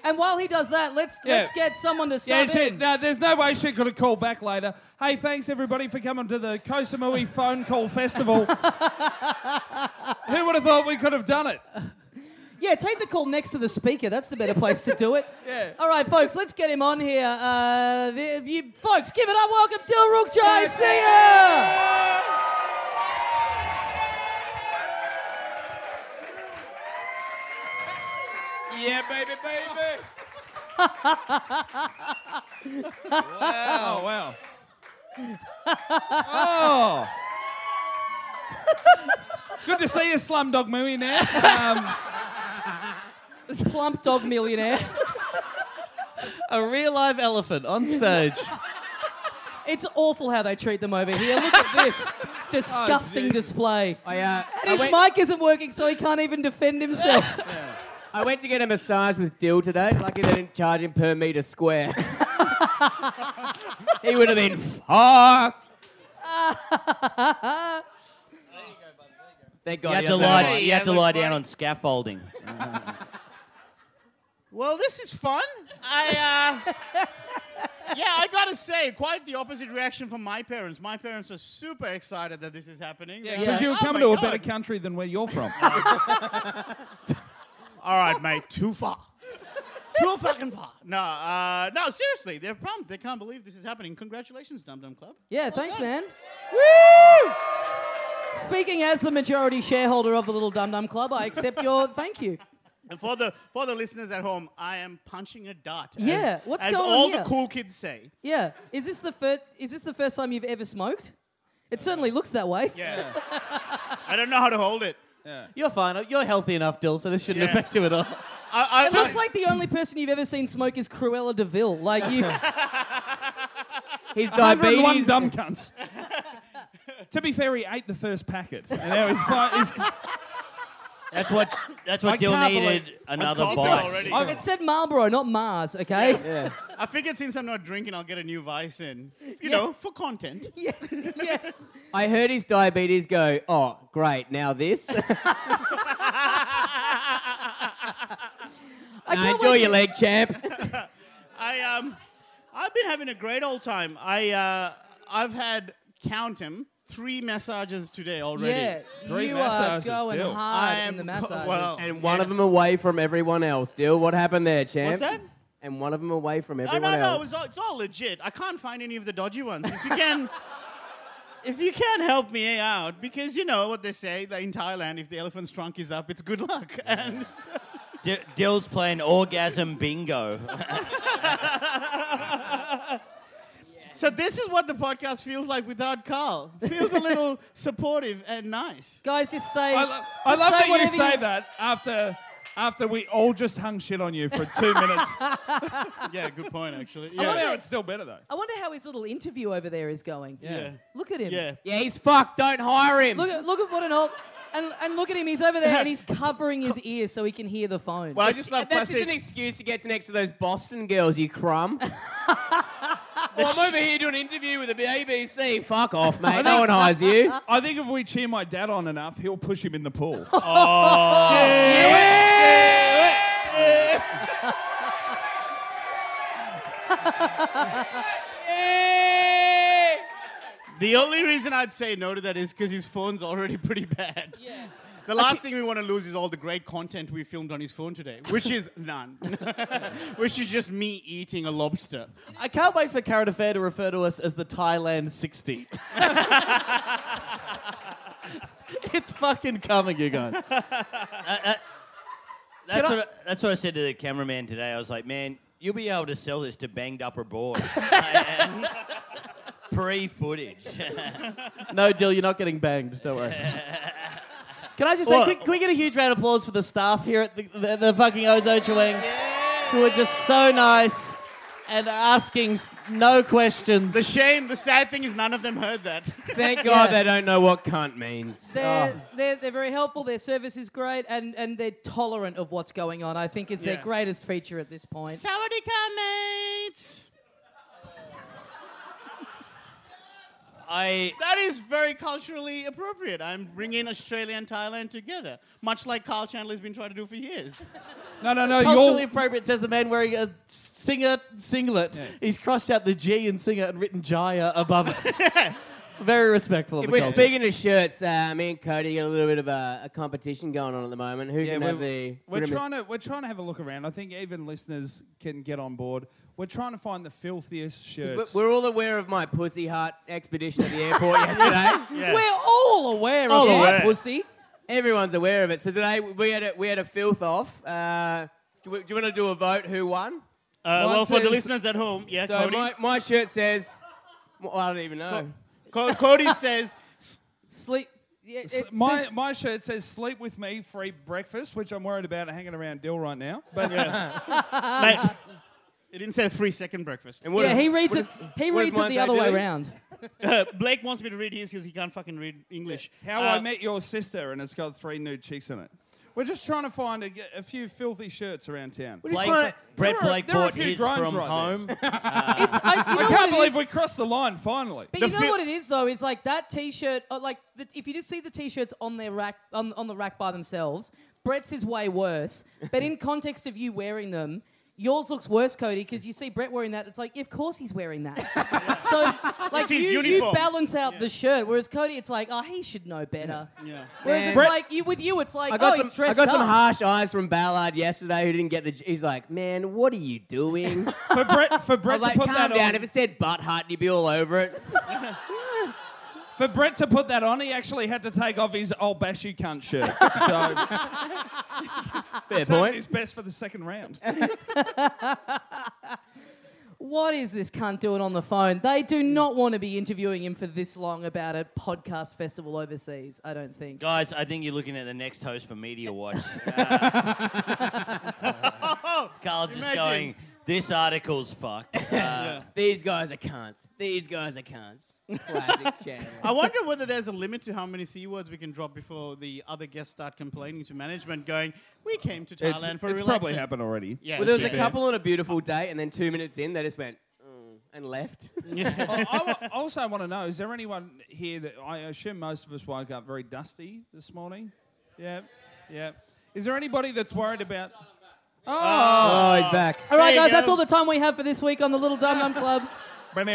[SPEAKER 1] and while he does that, let's
[SPEAKER 3] Yeah.
[SPEAKER 1] let's get someone to
[SPEAKER 3] yeah,
[SPEAKER 1] sub
[SPEAKER 3] shit.
[SPEAKER 1] in.
[SPEAKER 3] No, there's no way she could have called back later. Hey, thanks everybody for coming to the Kosamui Phone Call Festival. Who would have thought we could have done it?
[SPEAKER 1] Yeah, take the call next to the speaker. That's the better place to do it.
[SPEAKER 3] Yeah.
[SPEAKER 1] All right, folks, let's get him on here. Uh, the, you, folks, give it up. Welcome, Dilruk Jai Singer.
[SPEAKER 3] Yeah, baby, baby. wow. wow. oh. Good to see you, Slumdog Mooey, now. Um,
[SPEAKER 1] Plump dog millionaire.
[SPEAKER 6] a real live elephant on stage.
[SPEAKER 1] It's awful how they treat them over here. Look at this disgusting
[SPEAKER 3] Jesus.
[SPEAKER 1] display.
[SPEAKER 5] I, uh, Oh, I,
[SPEAKER 1] His
[SPEAKER 5] went,
[SPEAKER 1] mic isn't working, so he can't even defend himself.
[SPEAKER 5] I went to get a massage with Dill today. Lucky they didn't charge him per meter square. he would have been fucked. Thank
[SPEAKER 4] you
[SPEAKER 5] God.
[SPEAKER 4] had to
[SPEAKER 5] he doesn't have
[SPEAKER 4] lie.
[SPEAKER 5] one.
[SPEAKER 4] You had to lie down on scaffolding.
[SPEAKER 8] Well, this is fun. I, uh, yeah, I gotta say, quite the opposite reaction from my parents. My parents are super excited that this is happening. They're
[SPEAKER 3] Because
[SPEAKER 8] like,
[SPEAKER 3] you were
[SPEAKER 8] "Oh
[SPEAKER 3] coming
[SPEAKER 8] my
[SPEAKER 3] to a
[SPEAKER 8] God."
[SPEAKER 3] better country than where you're from.
[SPEAKER 8] All right, mate, too far. too fucking far. No, uh, no, seriously, they're pumped. They can't believe this is happening. Congratulations, Dum Dum Club.
[SPEAKER 1] yeah, thanks,
[SPEAKER 8] done.
[SPEAKER 1] man. Woo! Speaking as the majority shareholder of the Little Dum Dum Club, I accept your thank you.
[SPEAKER 8] And for the for the listeners at home, I am punching a dart. as-
[SPEAKER 1] Yeah, what's
[SPEAKER 8] as
[SPEAKER 1] going on
[SPEAKER 8] all
[SPEAKER 1] here?
[SPEAKER 8] the cool kids say.
[SPEAKER 1] Yeah, is this the first? Is this the first time you've ever smoked? It certainly looks that way.
[SPEAKER 8] Yeah. I don't know how to hold it.
[SPEAKER 6] You're fine. You're healthy enough, Dill, so this shouldn't
[SPEAKER 8] Yeah.
[SPEAKER 6] affect you at all.
[SPEAKER 8] I, I,
[SPEAKER 1] It looks like the only person you've ever seen smoke is Cruella Deville. Like you,
[SPEAKER 5] His
[SPEAKER 3] 101
[SPEAKER 5] diabetes.
[SPEAKER 3] dumb cunts. to be fair, he ate the first packet. And now he's, fi- he's-
[SPEAKER 4] That's what. That's
[SPEAKER 3] I
[SPEAKER 4] what Dill
[SPEAKER 3] can't
[SPEAKER 4] needed.
[SPEAKER 3] believe-
[SPEAKER 4] Another
[SPEAKER 8] coughing
[SPEAKER 4] vice.
[SPEAKER 8] already.
[SPEAKER 1] it said Marlboro, not Mars. Okay.
[SPEAKER 8] I figured since I'm not drinking, I'll get a new vice in. You know, for content.
[SPEAKER 1] Yes. Yes.
[SPEAKER 5] I heard his diabetes go. Oh, great! Now this.
[SPEAKER 1] I
[SPEAKER 5] Nah,
[SPEAKER 1] can't
[SPEAKER 5] enjoy
[SPEAKER 1] wait
[SPEAKER 5] your
[SPEAKER 1] to-
[SPEAKER 5] leg, champ.
[SPEAKER 8] I um, I've been having a great old time. I uh, I've had count 'em, three massages today already.
[SPEAKER 1] Yeah,
[SPEAKER 3] Three
[SPEAKER 1] you are
[SPEAKER 3] massages
[SPEAKER 1] going
[SPEAKER 3] still.
[SPEAKER 1] hard
[SPEAKER 8] I
[SPEAKER 1] in the
[SPEAKER 8] am
[SPEAKER 1] massages.
[SPEAKER 8] co- well-
[SPEAKER 5] and one of
[SPEAKER 8] Yes.
[SPEAKER 5] them away from everyone else. Dill, what happened there, champ?
[SPEAKER 8] What's that?
[SPEAKER 5] And one of them away from
[SPEAKER 8] Oh
[SPEAKER 5] everyone
[SPEAKER 8] no, no,
[SPEAKER 5] else.
[SPEAKER 8] it was all, it's all legit. I can't find any of the dodgy ones. If you can, if you can help me out, because you know what they say that in Thailand, if the elephant's trunk is up, it's good luck. And
[SPEAKER 4] D- Dill's playing orgasm bingo.
[SPEAKER 8] So this is what the podcast feels like without Carl. Feels a little supportive and nice.
[SPEAKER 6] Guys, just say.
[SPEAKER 3] I, lo- I love
[SPEAKER 6] just say
[SPEAKER 3] that you
[SPEAKER 6] whatever
[SPEAKER 3] say that after after we all just hung shit on you for two minutes.
[SPEAKER 8] Yeah, good point actually. Yeah.
[SPEAKER 3] Somehow it's still better though.
[SPEAKER 1] I wonder how his little interview over there is going.
[SPEAKER 8] Yeah.
[SPEAKER 1] Look at him.
[SPEAKER 8] Yeah.
[SPEAKER 5] Yeah, he's fucked. Don't hire him.
[SPEAKER 1] Look at look at what an old and, and look at him. He's over there and he's covering his ears so he can hear the phone.
[SPEAKER 8] Well, I just love
[SPEAKER 5] That's just an
[SPEAKER 8] classic.
[SPEAKER 5] excuse to get next to those Boston girls, you crumb. well, I'm over here doing an interview with the ABC. Fuck off, mate. No one hires you.
[SPEAKER 3] I think if we cheer my dad on enough, he'll push him in the pool.
[SPEAKER 6] Oh.
[SPEAKER 8] The only reason I'd say no to that is because his phone's already pretty bad. Yeah. The last thing we want to lose is all the great content we filmed on his phone today, which is none. which is just me eating a lobster.
[SPEAKER 6] I can't wait for Current Affair to refer to us as the Thailand 60. it's fucking coming, you guys.
[SPEAKER 4] That's what, I, that's what I said to the cameraman today. I was like, man, you'll be able to sell this to banged up abroad. Pre footage.
[SPEAKER 6] No, Dill, you're not getting banged. Don't worry. Can I just say,
[SPEAKER 8] Well-
[SPEAKER 6] can, can we get a huge round of applause for the staff here at the, the, the fucking Ozocha Wing who are just so nice and asking s- no questions.
[SPEAKER 8] The shame, the sad thing is none of them heard that.
[SPEAKER 5] Thank God they don't know what cunt means. Oh.
[SPEAKER 1] They're,
[SPEAKER 3] Ah.
[SPEAKER 1] they're, they're very helpful, their service is great, and, and they're tolerant of what's going on, I think, is their
[SPEAKER 8] Yeah.
[SPEAKER 1] greatest feature at this point.
[SPEAKER 8] Sawadika, mates!
[SPEAKER 4] I,
[SPEAKER 8] That is very culturally appropriate. I'm bringing Australia and Thailand together, much like Carl Chandler has been trying to do for years.
[SPEAKER 3] No, no, no.
[SPEAKER 6] Culturally
[SPEAKER 3] You're,
[SPEAKER 6] appropriate, says the man wearing a singer singlet. He's crossed out the G in singer and written Jaya above it. Very respectful of
[SPEAKER 5] If
[SPEAKER 6] the
[SPEAKER 5] we're
[SPEAKER 6] culture.
[SPEAKER 5] speaking of shirts, uh, me and Cody got a little bit of a, a competition going on at the moment. Who
[SPEAKER 3] yeah,
[SPEAKER 5] can
[SPEAKER 3] we're,
[SPEAKER 5] have the?
[SPEAKER 3] we're
[SPEAKER 5] who can-
[SPEAKER 3] trying to we're trying to have a look around. I think even listeners can get on board. We're trying to find the filthiest
[SPEAKER 5] We're-
[SPEAKER 3] shirts.
[SPEAKER 5] We're all aware of my pussy heart expedition at the airport yesterday.
[SPEAKER 8] Yeah.
[SPEAKER 1] We're all aware of
[SPEAKER 8] All
[SPEAKER 1] that,
[SPEAKER 8] aware.
[SPEAKER 1] pussy.
[SPEAKER 5] Everyone's aware of it. So today we had a, we had a filth off. Uh, do, we, do you want to do a vote? Who won?
[SPEAKER 8] Uh,
[SPEAKER 5] One
[SPEAKER 8] well, for the
[SPEAKER 5] says-
[SPEAKER 8] listeners at home, yeah,
[SPEAKER 5] So
[SPEAKER 8] Cody.
[SPEAKER 5] my, my shirt says, well, I don't even know.
[SPEAKER 8] Co- Cody says, "S-
[SPEAKER 1] Sleep. Yeah,
[SPEAKER 3] S-
[SPEAKER 1] it
[SPEAKER 3] my
[SPEAKER 1] says-
[SPEAKER 3] my shirt says "Sleep with me, free breakfast," which I'm worried about hanging around Dill right now. But
[SPEAKER 8] mate,
[SPEAKER 5] Ah.
[SPEAKER 8] it didn't say free second breakfast.
[SPEAKER 5] And what
[SPEAKER 1] yeah,
[SPEAKER 5] is-
[SPEAKER 1] he reads
[SPEAKER 5] what
[SPEAKER 1] it.
[SPEAKER 5] is-
[SPEAKER 1] He
[SPEAKER 5] what does
[SPEAKER 1] reads it
[SPEAKER 5] mine
[SPEAKER 1] the
[SPEAKER 5] say,
[SPEAKER 1] other way
[SPEAKER 5] Dilly?
[SPEAKER 1] around.
[SPEAKER 8] Uh, Blake wants me to read his because he can't fucking read English.
[SPEAKER 3] How
[SPEAKER 8] Uh,
[SPEAKER 3] I Met Your Sister, and it's got three nude chicks in it. We're just trying to find a, a few filthy shirts around town.
[SPEAKER 5] Just
[SPEAKER 4] Blake's,
[SPEAKER 5] wanna-
[SPEAKER 4] Brett
[SPEAKER 3] there are-
[SPEAKER 4] Blake
[SPEAKER 3] there are a
[SPEAKER 4] bought
[SPEAKER 3] few
[SPEAKER 4] his
[SPEAKER 3] groans
[SPEAKER 4] from
[SPEAKER 3] right there.
[SPEAKER 4] home.
[SPEAKER 1] It's, I, you know
[SPEAKER 3] I
[SPEAKER 1] what
[SPEAKER 3] can't
[SPEAKER 1] it
[SPEAKER 3] believe
[SPEAKER 1] is?
[SPEAKER 3] we crossed the line finally.
[SPEAKER 1] But
[SPEAKER 8] The
[SPEAKER 1] you know
[SPEAKER 8] fil-
[SPEAKER 1] what it is though is like that T-shirt, uh, like the, if you just see the T-shirts on their rack on, on the rack by themselves, Brett's is way worse. But in context of you wearing them, yours looks worse, Cody, because you see Brett wearing that. It's like, of course he's wearing that. so like
[SPEAKER 8] It's his
[SPEAKER 1] you, you
[SPEAKER 8] uniform.
[SPEAKER 1] balance out the shirt, whereas Cody, it's like, oh, he should know better.
[SPEAKER 8] Yeah.
[SPEAKER 1] Whereas it's
[SPEAKER 3] Brett-
[SPEAKER 1] like you with you, it's like,
[SPEAKER 5] I got
[SPEAKER 1] oh, he's
[SPEAKER 5] some. I
[SPEAKER 1] dressed
[SPEAKER 5] got some
[SPEAKER 1] up.
[SPEAKER 5] harsh eyes from Ballard yesterday, who didn't get the. He's like, "Man, what are you doing?" I
[SPEAKER 3] For Brett, for Brett
[SPEAKER 5] was like,
[SPEAKER 3] to put
[SPEAKER 5] "Calm
[SPEAKER 3] that
[SPEAKER 5] down.
[SPEAKER 3] on,
[SPEAKER 5] If it said butt hut, you'd be all over it."
[SPEAKER 3] for Brett to put that on, he actually had to take off his "I'll bash you cunt" shirt. So
[SPEAKER 5] Fair
[SPEAKER 3] saved
[SPEAKER 5] point.
[SPEAKER 3] his best for the second round.
[SPEAKER 1] What is this cunt doing on the phone? They do not want to be interviewing him for this long about a podcast festival overseas. I don't think.
[SPEAKER 4] Guys, I think you're looking at the next host for Media Watch. Uh, Carl's just
[SPEAKER 8] Imagine.
[SPEAKER 4] going, this article's fucked. Uh,
[SPEAKER 5] These guys are cunts. These guys are cunts. Classic channel.
[SPEAKER 8] I wonder whether there's a limit to how many c words we can drop before the other guests start complaining to management, going, "We came to
[SPEAKER 3] It's,
[SPEAKER 8] Thailand for
[SPEAKER 3] it's
[SPEAKER 8] relaxing."
[SPEAKER 3] probably happened already.
[SPEAKER 8] Yeah,
[SPEAKER 5] Well, there was
[SPEAKER 8] to
[SPEAKER 5] a
[SPEAKER 8] be fair.
[SPEAKER 5] couple on a beautiful date, and then two minutes in, they just went "Mm," and left.
[SPEAKER 3] I, I wa- also want to know: Is there anyone here that I assume most of us woke up very dusty this morning? Yeah, yeah. Is there anybody that's worried about?
[SPEAKER 5] oh, he's back.
[SPEAKER 1] All right,
[SPEAKER 8] There you
[SPEAKER 1] guys, that's
[SPEAKER 8] go.
[SPEAKER 1] all the time we have for this week on the Little Dum Dum Club.
[SPEAKER 8] Is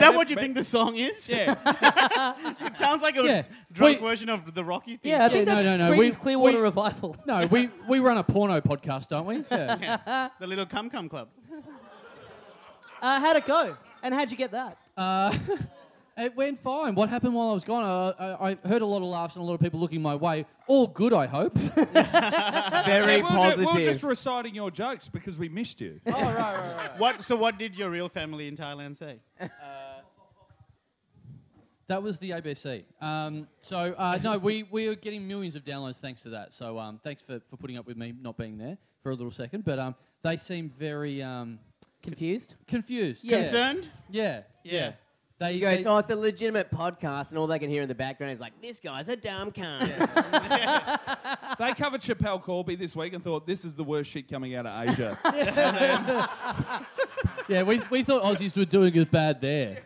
[SPEAKER 8] that what you think the song is?
[SPEAKER 3] Yeah.
[SPEAKER 8] It sounds like a
[SPEAKER 9] Yeah. Wait.
[SPEAKER 8] drunk version of the Rocky theme.
[SPEAKER 1] Yeah, I think
[SPEAKER 9] no,
[SPEAKER 1] that's
[SPEAKER 9] no, no,
[SPEAKER 1] Creedence
[SPEAKER 9] we-
[SPEAKER 1] Clearwater
[SPEAKER 9] we-
[SPEAKER 1] Revival.
[SPEAKER 9] No, we, we run a porno podcast, don't we? Yeah.
[SPEAKER 8] the little Cum Cum Club.
[SPEAKER 1] Uh, how'd it go? And how'd you get that?
[SPEAKER 2] It went fine. What happened while I was gone? I, I, I heard a lot of laughs and a lot of people looking my way. All good, I hope.
[SPEAKER 5] Very
[SPEAKER 3] we're, ju-
[SPEAKER 5] positive.
[SPEAKER 3] we're just reciting your jokes because we missed you.
[SPEAKER 8] What? So what did your real family in Thailand say?
[SPEAKER 2] That was the ABC. Um, so uh, no, we, we are getting millions of downloads thanks to that. So um, thanks for, for putting up with me not being there for a little second. But um, they seem very um,
[SPEAKER 1] Confused?
[SPEAKER 2] confused.
[SPEAKER 1] Yeah.
[SPEAKER 8] Concerned?
[SPEAKER 2] Yeah.
[SPEAKER 8] Yeah.
[SPEAKER 2] They,
[SPEAKER 5] You go,
[SPEAKER 2] they-
[SPEAKER 5] it's, oh, it's a legitimate podcast, and all they can hear in the background is like, this guy's a dumb cunt.
[SPEAKER 3] they covered Chappelle Corby this week and thought this is the worst shit coming out of Asia.
[SPEAKER 2] yeah, we, we thought Aussies were doing as bad there.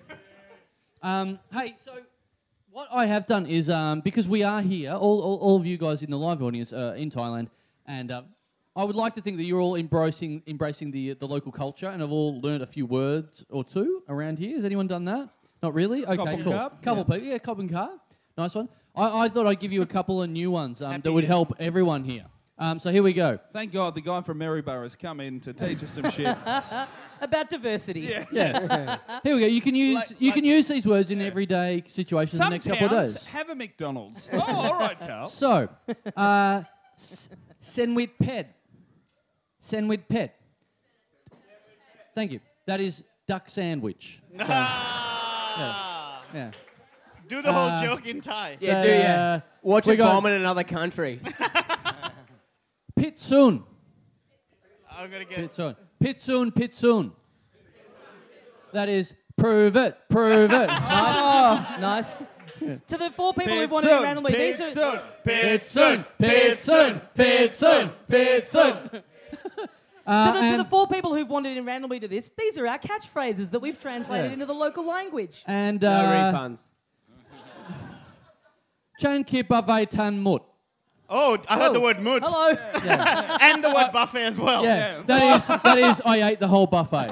[SPEAKER 2] Um, hey, so what I have done is um, because we are here, all, all, all of you guys in the live audience uh, in Thailand, and uh, I would like to think that you're all embracing embracing the the local culture and have all learned a few words or two around here. Has anyone done that? Not really. Okay,
[SPEAKER 3] Cop and
[SPEAKER 2] cool.
[SPEAKER 3] carp?
[SPEAKER 2] Couple people, yeah, cop and car. Nice one. I, I thought I'd give you a couple of new ones um, that would help everyone here. Um, so here we go.
[SPEAKER 3] Thank God the guy from Maryborough has come in to teach us some shit.
[SPEAKER 1] About diversity. Yeah.
[SPEAKER 2] Yes. Here we go. You can use
[SPEAKER 8] Like-
[SPEAKER 2] you
[SPEAKER 8] like-
[SPEAKER 2] can use these words in everyday situations in
[SPEAKER 3] Some
[SPEAKER 2] the next
[SPEAKER 3] towns
[SPEAKER 2] couple of days.
[SPEAKER 3] have a McDonald's. Oh, all right, Carl.
[SPEAKER 2] So, uh, s- Senwit Ped. Senwit Ped. Thank you. That is duck sandwich.
[SPEAKER 8] Ah.
[SPEAKER 2] Yeah.
[SPEAKER 8] Do the whole
[SPEAKER 2] Uh,
[SPEAKER 8] joke in Thai.
[SPEAKER 5] yeah, do ya?
[SPEAKER 2] Uh,
[SPEAKER 5] Watch
[SPEAKER 2] we
[SPEAKER 5] a
[SPEAKER 2] got-
[SPEAKER 5] bomb in another country.
[SPEAKER 2] Pitsoon.
[SPEAKER 8] I'm gonna get.
[SPEAKER 2] Pitsoon. Pitsoon. Pitsoon. That is prove it. Prove it.
[SPEAKER 1] Nice. nice. To the four people we've wanted
[SPEAKER 3] Pitsoon,
[SPEAKER 1] randomly, these are.
[SPEAKER 3] Pitsoon.
[SPEAKER 2] Pitsoon. Pitsoon. Pitsoon. Pitsoon.
[SPEAKER 1] To the, to the four people who've wandered in randomly to this, these are our catchphrases that we've translated
[SPEAKER 2] Yeah.
[SPEAKER 1] into the local language.
[SPEAKER 2] And
[SPEAKER 5] No
[SPEAKER 2] uh,
[SPEAKER 5] refunds.
[SPEAKER 2] Chan Kipa Vai Tan Mut.
[SPEAKER 8] Oh, I heard the word mood
[SPEAKER 1] Hello.
[SPEAKER 8] and the word buffet as well.
[SPEAKER 2] Yeah, that is that is. I ate the whole buffet.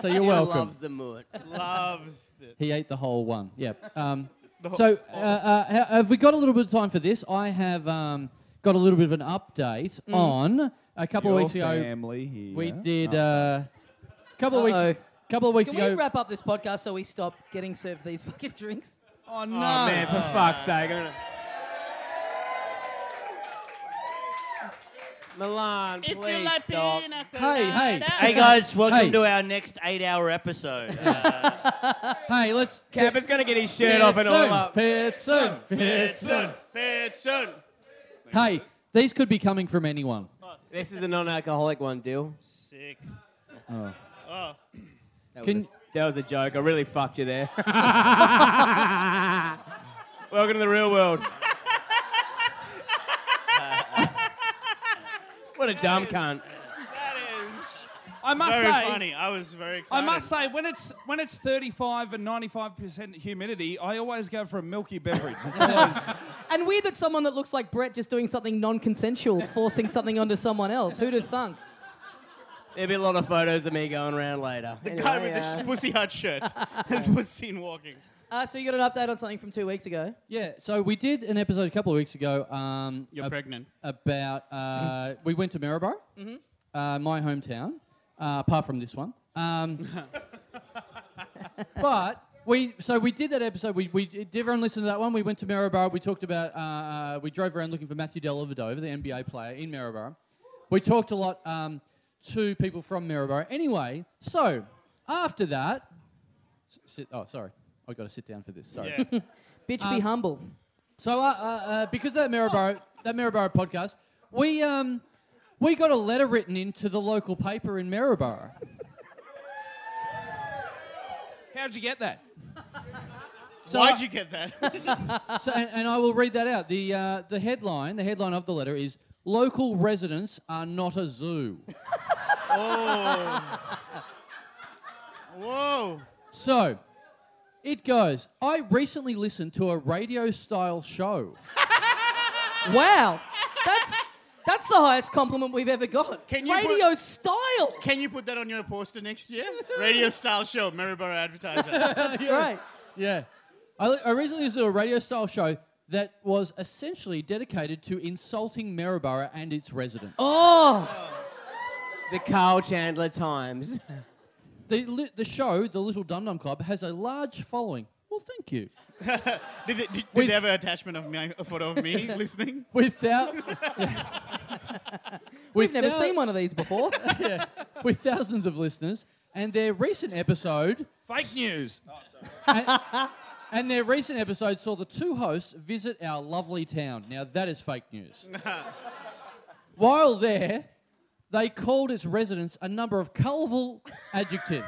[SPEAKER 2] so you're
[SPEAKER 5] Who
[SPEAKER 2] welcome.
[SPEAKER 5] loves the mood?
[SPEAKER 8] Loves. The,
[SPEAKER 2] He ate the whole one. Yeah. Um,
[SPEAKER 8] the whole-
[SPEAKER 2] so uh, uh, ha- have we got a little bit of time for this? I have um, got a little bit of an update
[SPEAKER 5] Mm.
[SPEAKER 2] on a couple
[SPEAKER 3] Your
[SPEAKER 2] of weeks ago.
[SPEAKER 3] family here.
[SPEAKER 2] We did uh, a couple of
[SPEAKER 1] Uh-oh.
[SPEAKER 2] weeks. Couple of weeks
[SPEAKER 1] Can
[SPEAKER 2] ago.
[SPEAKER 1] we wrap up this podcast so we stop getting served these fucking drinks?
[SPEAKER 3] Oh, no.
[SPEAKER 5] Oh, man, for fuck's sake. I'm gonna- Milan,
[SPEAKER 8] If you
[SPEAKER 5] please
[SPEAKER 8] like
[SPEAKER 5] stop.
[SPEAKER 8] pina
[SPEAKER 2] Hey, hey.
[SPEAKER 8] colada.
[SPEAKER 4] Hey guys, welcome
[SPEAKER 2] Hey.
[SPEAKER 4] to our next eight-hour episode. Uh,
[SPEAKER 2] hey, let's.
[SPEAKER 5] Cap is going to get his shirt off and all
[SPEAKER 2] Pitsoon,
[SPEAKER 5] up.
[SPEAKER 2] Pitsoon, Pitsoon.
[SPEAKER 8] Pitsun, Pitsun.
[SPEAKER 2] Hey, these could be coming from anyone.
[SPEAKER 5] This is a non-alcoholic one, deal.
[SPEAKER 8] Sick. Oh,
[SPEAKER 5] That,
[SPEAKER 2] Can-
[SPEAKER 5] was a, that was a joke. I really fucked you there. Welcome to the real world. what a dumb cunt.
[SPEAKER 8] That is
[SPEAKER 3] I must
[SPEAKER 8] very
[SPEAKER 3] say,
[SPEAKER 8] funny. I was very
[SPEAKER 3] I
[SPEAKER 8] excited.
[SPEAKER 3] must say, when it's when it's 35 and 95 percent humidity, I always go for a milky beverage. It's always
[SPEAKER 1] And weird that someone that looks like Brett just doing something non consensual, forcing something onto someone else. Who'd have thunk?
[SPEAKER 5] There'll be a lot of photos of me going around later.
[SPEAKER 8] The guy with the sh- pussy hut shirt as was seen walking.
[SPEAKER 1] Uh, so you got an update on something from two weeks ago.
[SPEAKER 2] Yeah, so we did an episode a couple of weeks ago. Um,
[SPEAKER 8] You're
[SPEAKER 2] ab-
[SPEAKER 8] pregnant.
[SPEAKER 2] About uh, we went to Maribor, uh, my hometown, uh, apart from this one. Um, but we so we did that episode. We, we did everyone listen to that one. We went to Maribor. We talked about uh, uh, we drove around looking for Matthew Dellavedova, the NBA player in Maribor. We talked a lot um, to people from Maribor. Anyway, so after that, s- sit. Oh, sorry, I got to sit down for this. Sorry.
[SPEAKER 8] Yeah.
[SPEAKER 1] Bitch, be humble.
[SPEAKER 2] So uh, uh, uh, because of that Maribor, that Maribor podcast, we um, we got a letter written into the local paper in Maribor.
[SPEAKER 3] how'd you get that?
[SPEAKER 2] So
[SPEAKER 8] Why'd you get that?
[SPEAKER 2] so, and, and I will read that out. The uh, the headline, the headline of the letter is "Local residents are not a zoo."
[SPEAKER 8] Whoa.
[SPEAKER 2] So it goes. I recently listened to a radio style show.
[SPEAKER 1] Wow. That's that's the highest compliment we've ever got.
[SPEAKER 8] Can you
[SPEAKER 1] Radio style.
[SPEAKER 8] Can you put that on your poster next year? Radio style show, Maryborough advertiser.
[SPEAKER 1] That's right.
[SPEAKER 2] Yeah. I, I recently listened to a radio style show that was essentially dedicated to insulting Maribor and its residents.
[SPEAKER 1] Oh,
[SPEAKER 5] The Carl Chandler Times.
[SPEAKER 2] The, li- the show, The Little Dum Dum Club, has a large following. Well, thank you.
[SPEAKER 8] Did they, did, did
[SPEAKER 2] With-
[SPEAKER 8] they have an attachment of my, a photo of me listening?
[SPEAKER 2] Without.
[SPEAKER 1] We've never seen one of these before.
[SPEAKER 2] With thousands of listeners. And their recent episode
[SPEAKER 3] Fake news.
[SPEAKER 8] Oh,
[SPEAKER 2] And their recent episode saw the two hosts visit our lovely town. Now, that is fake news. While there, they called its residents a number of colourful adjectives.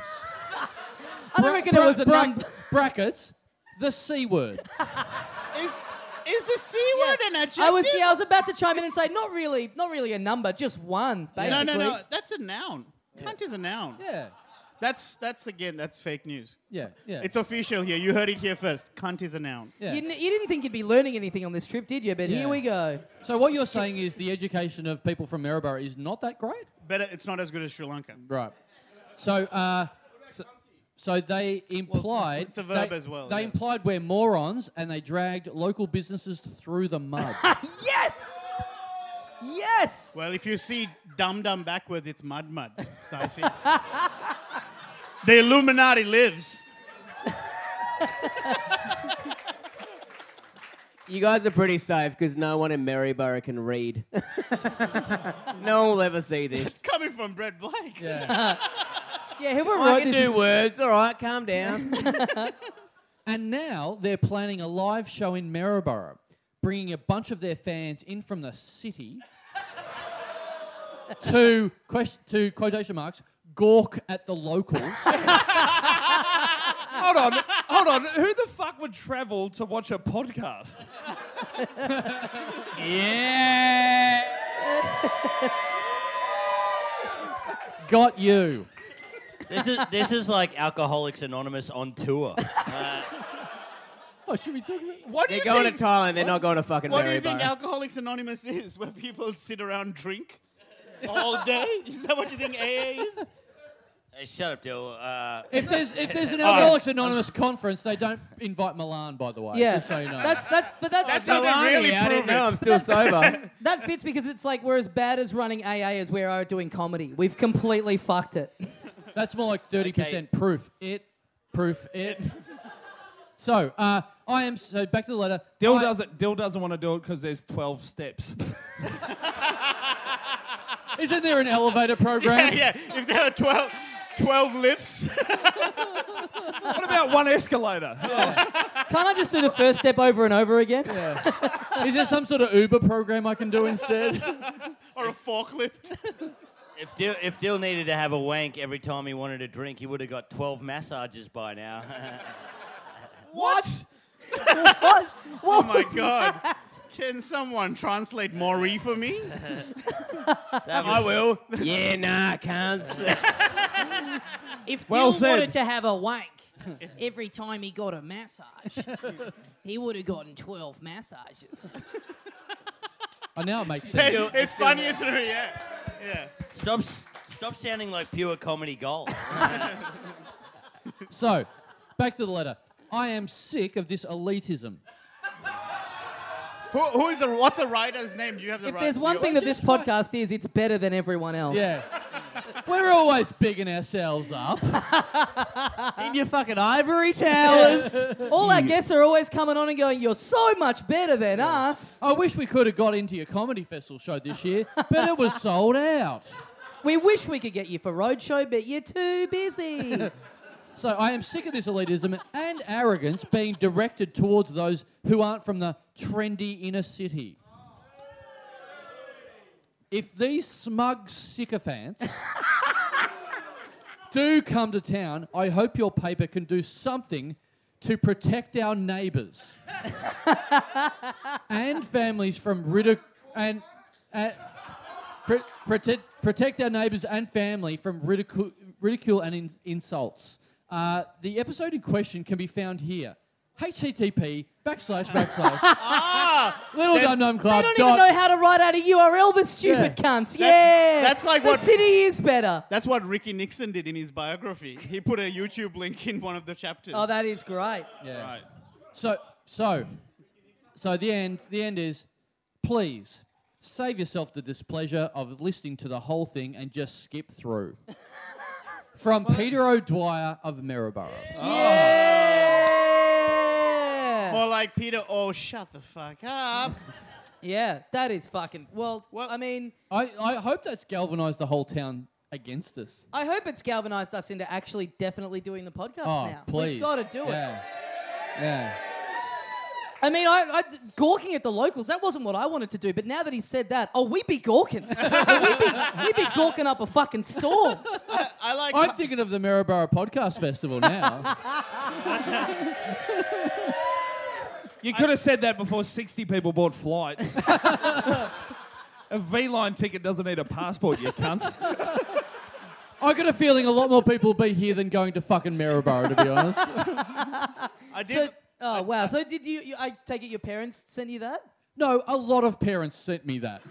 [SPEAKER 1] I don't reckon it was a number.
[SPEAKER 2] Brackets, the C word.
[SPEAKER 8] Is is the C word an adjective?
[SPEAKER 1] I was yeah, I was about to chime in and say not really, not really a number, just one
[SPEAKER 8] no,
[SPEAKER 1] basically.
[SPEAKER 8] no, no. That's a noun. Cunt is a noun.
[SPEAKER 2] Yeah,
[SPEAKER 8] That's that's again. That's fake news.
[SPEAKER 2] yeah, yeah.
[SPEAKER 8] It's official here. You heard it here first. Cunt is a noun.
[SPEAKER 2] yeah.
[SPEAKER 1] You, n- you didn't think you'd be learning anything on this trip, did you? But
[SPEAKER 2] Yeah.
[SPEAKER 1] here we go.
[SPEAKER 2] so, what you're saying is the education of people from Maryborough is not that great?
[SPEAKER 8] Better. It's not as good as Sri Lanka.
[SPEAKER 2] Right. So, uh, so, so they implied
[SPEAKER 8] it's a verb
[SPEAKER 2] they-
[SPEAKER 8] as well,
[SPEAKER 2] They
[SPEAKER 8] yeah.
[SPEAKER 2] implied we're morons, and they dragged local businesses through the mud.
[SPEAKER 1] Yes, yes.
[SPEAKER 8] Well, if you see dum dum backwards, it's mud mud. So I see. the Illuminati lives.
[SPEAKER 5] You guys are pretty safe because no one in Maryborough can read. no one will ever see
[SPEAKER 8] It's
[SPEAKER 5] this.
[SPEAKER 8] coming from Brett Blake.
[SPEAKER 2] yeah.
[SPEAKER 1] yeah, whoever
[SPEAKER 5] I
[SPEAKER 1] wrote
[SPEAKER 5] can
[SPEAKER 1] this
[SPEAKER 5] do
[SPEAKER 1] is-
[SPEAKER 5] words. All right, calm down.
[SPEAKER 2] And now they're planning a live show in Maryborough, bringing a bunch of their fans in from the city to question, to quotation marks gawk at the locals.
[SPEAKER 3] Hold on, hold on. Who the fuck would travel to watch a podcast?
[SPEAKER 2] Got you.
[SPEAKER 4] This is this is like Alcoholics Anonymous on tour.
[SPEAKER 2] Oh, should we talk about?
[SPEAKER 8] What do
[SPEAKER 5] They're
[SPEAKER 8] you
[SPEAKER 5] going
[SPEAKER 8] think?
[SPEAKER 5] to Thailand. They're not going to fucking
[SPEAKER 8] what do you
[SPEAKER 5] Maryborough.
[SPEAKER 8] think Alcoholics Anonymous is? Where people sit around drink all day? Is that what you think AA is?
[SPEAKER 4] Hey, shut up, Dill. Uh,
[SPEAKER 2] If there's if there's an Alcoholics Anonymous conference, they don't invite Milan, by the way.
[SPEAKER 1] Yeah,
[SPEAKER 2] Just so you know.
[SPEAKER 1] that's that's but that's,
[SPEAKER 8] That's how they really
[SPEAKER 5] I didn't
[SPEAKER 8] prove
[SPEAKER 5] know. I'm
[SPEAKER 8] it.
[SPEAKER 5] still sober.
[SPEAKER 1] that fits because it's like we're as bad as running AA as we are doing comedy. We've completely fucked it.
[SPEAKER 2] That's more like thirty percent proof. It proof it. so uh, I am so back to the letter.
[SPEAKER 3] Dill
[SPEAKER 2] I-
[SPEAKER 3] doesn't. Dill doesn't want to do it because there's twelve steps.
[SPEAKER 2] Isn't there an elevator
[SPEAKER 8] Yeah,
[SPEAKER 2] program?
[SPEAKER 8] yeah. If there are 12, 12 lifts,
[SPEAKER 3] what about one escalator?
[SPEAKER 1] Can't I just do the first step over and over again?
[SPEAKER 2] Is there some sort of Uber program I can do instead?
[SPEAKER 8] or a forklift.
[SPEAKER 4] if Dill if Dill needed to have a wank every time he wanted a drink, he would have got twelve massages by now.
[SPEAKER 8] What?
[SPEAKER 1] What? What
[SPEAKER 8] Oh my
[SPEAKER 1] was
[SPEAKER 8] God.
[SPEAKER 1] that?
[SPEAKER 8] Can someone translate Maury for me?
[SPEAKER 4] That
[SPEAKER 5] I
[SPEAKER 4] was-
[SPEAKER 5] will. Yeah, nah, can't.
[SPEAKER 1] If
[SPEAKER 3] Well
[SPEAKER 1] Dill
[SPEAKER 3] said.
[SPEAKER 1] wanted to have a wank every time he got a massage, he would have gotten 12 massages.
[SPEAKER 2] oh, now it makes sense.
[SPEAKER 8] Hey, it's funnier through, yeah. Yeah.
[SPEAKER 4] Stop s- stop sounding like pure comedy gold.
[SPEAKER 2] So, back to the letter. I am sick of this elitism.
[SPEAKER 8] Who, who is the, what's a writer's name? Do you have the
[SPEAKER 1] If
[SPEAKER 8] right-
[SPEAKER 1] there's one
[SPEAKER 8] you-
[SPEAKER 1] thing that this podcast is, it's better than everyone else.
[SPEAKER 2] Yeah. We're always bigging ourselves up.
[SPEAKER 6] In your fucking ivory towers.
[SPEAKER 1] All our guests are always coming on and going, You're so much better than us.
[SPEAKER 2] I wish we could have got into your comedy festival show this year, but it was sold out.
[SPEAKER 1] We wish we could get you for Roadshow, but you're too busy.
[SPEAKER 2] So I am sick of this elitism and arrogance being directed towards those who aren't from the trendy inner city. If these smug sycophants do come to town, I hope your paper can do something to protect our neighbours and families from ridic- and uh, pr- protect, protect our neighbours and family from ridicule, ridicule and in- insults. Uh, the episode in question can be found here. HTTP backslash backslash little dum dum
[SPEAKER 1] Ah, They
[SPEAKER 2] club
[SPEAKER 1] don't even
[SPEAKER 2] dot
[SPEAKER 1] know how to write out a URL, the stupid
[SPEAKER 2] Oh, Yeah.
[SPEAKER 1] cunts.
[SPEAKER 8] That's-
[SPEAKER 1] yeah.
[SPEAKER 8] that's like
[SPEAKER 1] the
[SPEAKER 8] what-
[SPEAKER 1] city is better.
[SPEAKER 8] That's what Ricky Nixon did in his biography. He put a YouTube link in one of the chapters.
[SPEAKER 1] Oh, that is great.
[SPEAKER 2] Yeah. So so so the end the end is please save yourself the displeasure of listening to the whole thing and just skip through. From Peter O'Dwyer of Maryborough.
[SPEAKER 1] Yeah.
[SPEAKER 8] More like Peter, oh, shut the fuck up.
[SPEAKER 1] Yeah, that is fucking. Well,
[SPEAKER 8] Well-
[SPEAKER 1] I mean,
[SPEAKER 2] I, I hope that's galvanised the whole town against us.
[SPEAKER 1] I hope it's galvanized us into actually definitely doing the podcast
[SPEAKER 2] Oh,
[SPEAKER 1] now.
[SPEAKER 2] please.
[SPEAKER 1] We've got to do it.
[SPEAKER 2] Yeah. Yeah.
[SPEAKER 1] I mean, I, I gawking at the locals. That wasn't what I wanted to do. But now that he said that, oh, we be gawking. we be we be gawking up a fucking storm.
[SPEAKER 8] I like.
[SPEAKER 2] I'm thinking of the Maryborough Podcast Festival now.
[SPEAKER 3] You could have said that before 60 people bought flights. a V line ticket doesn't need a passport, you cunts.
[SPEAKER 2] I got a feeling a lot more people will be here than going to fucking Maryborough, to be honest.
[SPEAKER 8] I did.
[SPEAKER 1] So, oh wow. So did you, you? I take it your parents sent you that?
[SPEAKER 2] No, a lot of parents sent me that.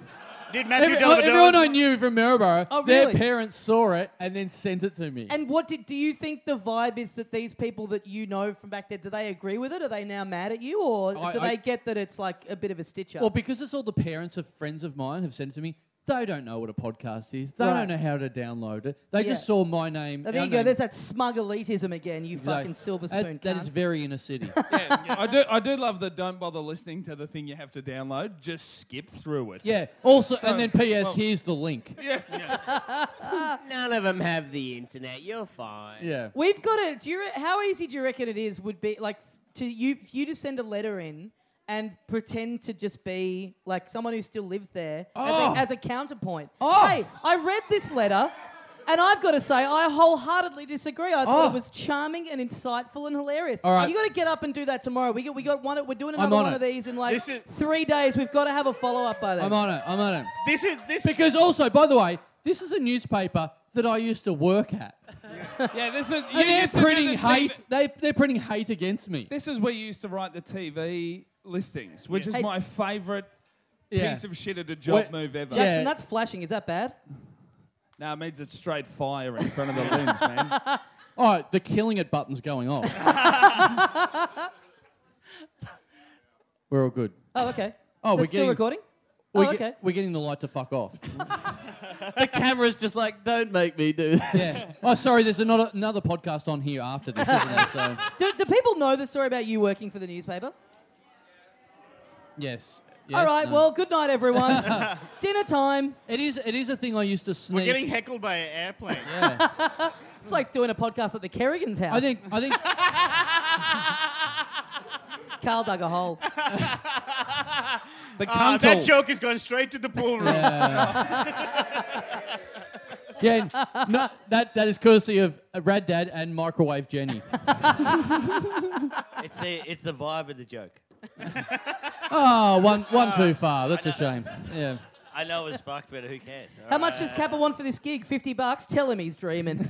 [SPEAKER 8] did Matthew
[SPEAKER 2] Every-
[SPEAKER 8] Dellavedova-
[SPEAKER 2] everyone I knew from Maryborough,
[SPEAKER 1] Oh,
[SPEAKER 2] their
[SPEAKER 1] really?
[SPEAKER 2] parents saw it and then sent it to me.
[SPEAKER 1] And what did do you think the vibe is that these people that you know from back there do they agree with it? Are they now mad at you, or
[SPEAKER 2] I-
[SPEAKER 1] do
[SPEAKER 2] I-
[SPEAKER 1] they get that it's like a bit of a stitch up?
[SPEAKER 2] well, because it's all the parents of friends of mine have sent it to me. They don't know what a podcast is. They
[SPEAKER 1] Right.
[SPEAKER 2] don't know how to download it. They
[SPEAKER 1] Yeah.
[SPEAKER 2] just saw my name.
[SPEAKER 1] Oh, there
[SPEAKER 2] our
[SPEAKER 1] you go.
[SPEAKER 2] name.
[SPEAKER 1] There's that smug elitism again. You
[SPEAKER 2] Like,
[SPEAKER 1] fucking silver
[SPEAKER 2] that-
[SPEAKER 1] spoon.
[SPEAKER 2] that
[SPEAKER 1] cunt.
[SPEAKER 2] is very inner city.
[SPEAKER 3] Yeah, I do. I do love the don't bother listening to the thing you have to download. Just skip through it.
[SPEAKER 2] yeah. Also, and then
[SPEAKER 3] So,
[SPEAKER 2] P.S.
[SPEAKER 3] well-
[SPEAKER 2] here's the link. Yeah.
[SPEAKER 5] None of them have the internet. You're fine.
[SPEAKER 1] We've got to. Do you re- how easy do you reckon it is would be like to you for you to send a letter in and pretend to just be like someone who still lives there
[SPEAKER 3] Oh.
[SPEAKER 1] as, a, as a counterpoint?
[SPEAKER 2] Oh.
[SPEAKER 1] Hey, I read this letter. And I've got to say, I wholeheartedly disagree. I thought
[SPEAKER 2] Oh.
[SPEAKER 1] it was charming and insightful and hilarious.
[SPEAKER 2] All right.
[SPEAKER 1] You got to get up and do that tomorrow. We got, we got one. We're doing
[SPEAKER 2] I'm
[SPEAKER 1] another
[SPEAKER 2] on
[SPEAKER 1] one
[SPEAKER 2] it.
[SPEAKER 1] of these in like
[SPEAKER 8] This is-
[SPEAKER 1] three days. We've got to have a follow up by then.
[SPEAKER 2] I'm on it. I'm on it.
[SPEAKER 8] This is this.
[SPEAKER 2] Because also, by the way, this is a newspaper that I used to work at.
[SPEAKER 3] yeah. This is. You
[SPEAKER 2] And they're
[SPEAKER 3] used to do
[SPEAKER 2] printing
[SPEAKER 3] the
[SPEAKER 2] hate.
[SPEAKER 3] TV
[SPEAKER 2] They, they're printing hate against me.
[SPEAKER 3] This is where you used to write the TV listings, which is
[SPEAKER 1] Hey-
[SPEAKER 3] my favourite
[SPEAKER 2] Yeah.
[SPEAKER 3] piece of shit at a job
[SPEAKER 2] Wait,
[SPEAKER 3] move ever.
[SPEAKER 1] Jackson,
[SPEAKER 2] yeah.
[SPEAKER 1] that's flashing. Is that bad?
[SPEAKER 3] No, it means it's straight fire in front of the lens, man.
[SPEAKER 2] Oh, the killing it button's going off. We're all good.
[SPEAKER 1] Oh, okay.
[SPEAKER 2] Oh,
[SPEAKER 1] Is that
[SPEAKER 2] we're
[SPEAKER 1] still
[SPEAKER 2] getting-
[SPEAKER 1] recording?
[SPEAKER 2] We're,
[SPEAKER 1] oh,
[SPEAKER 2] ge-
[SPEAKER 1] okay.
[SPEAKER 2] we're getting the light to fuck off.
[SPEAKER 6] The camera's just like, don't make me do this.
[SPEAKER 2] Yeah. oh, sorry. There's another, another podcast on here after this, isn't there? So
[SPEAKER 1] Do, do people know the story about you working for the newspaper?
[SPEAKER 2] yes.
[SPEAKER 1] All
[SPEAKER 2] Yes,
[SPEAKER 1] right.
[SPEAKER 2] no.
[SPEAKER 1] Well, good night, everyone. Dinner time.
[SPEAKER 2] it is. It is a thing I used to sneak.
[SPEAKER 8] We're getting heckled by an airplane.
[SPEAKER 2] yeah.
[SPEAKER 1] It's like doing a podcast at the Kerrigan's house.
[SPEAKER 2] I think. I think.
[SPEAKER 1] Carl dug a hole.
[SPEAKER 3] The
[SPEAKER 8] Ah,
[SPEAKER 3] cunt.
[SPEAKER 8] that joke is going straight to the pool room.
[SPEAKER 2] Yeah. No, that that is courtesy of Rad Dad and Microwave Jenny.
[SPEAKER 4] It's the it's the vibe of the joke.
[SPEAKER 2] Oh, one one too far. That's a shame. Yeah.
[SPEAKER 4] I know it's fucked, but who cares? Uh,
[SPEAKER 1] How much does Kappa want for this gig? 50 bucks? Tell him he's dreaming.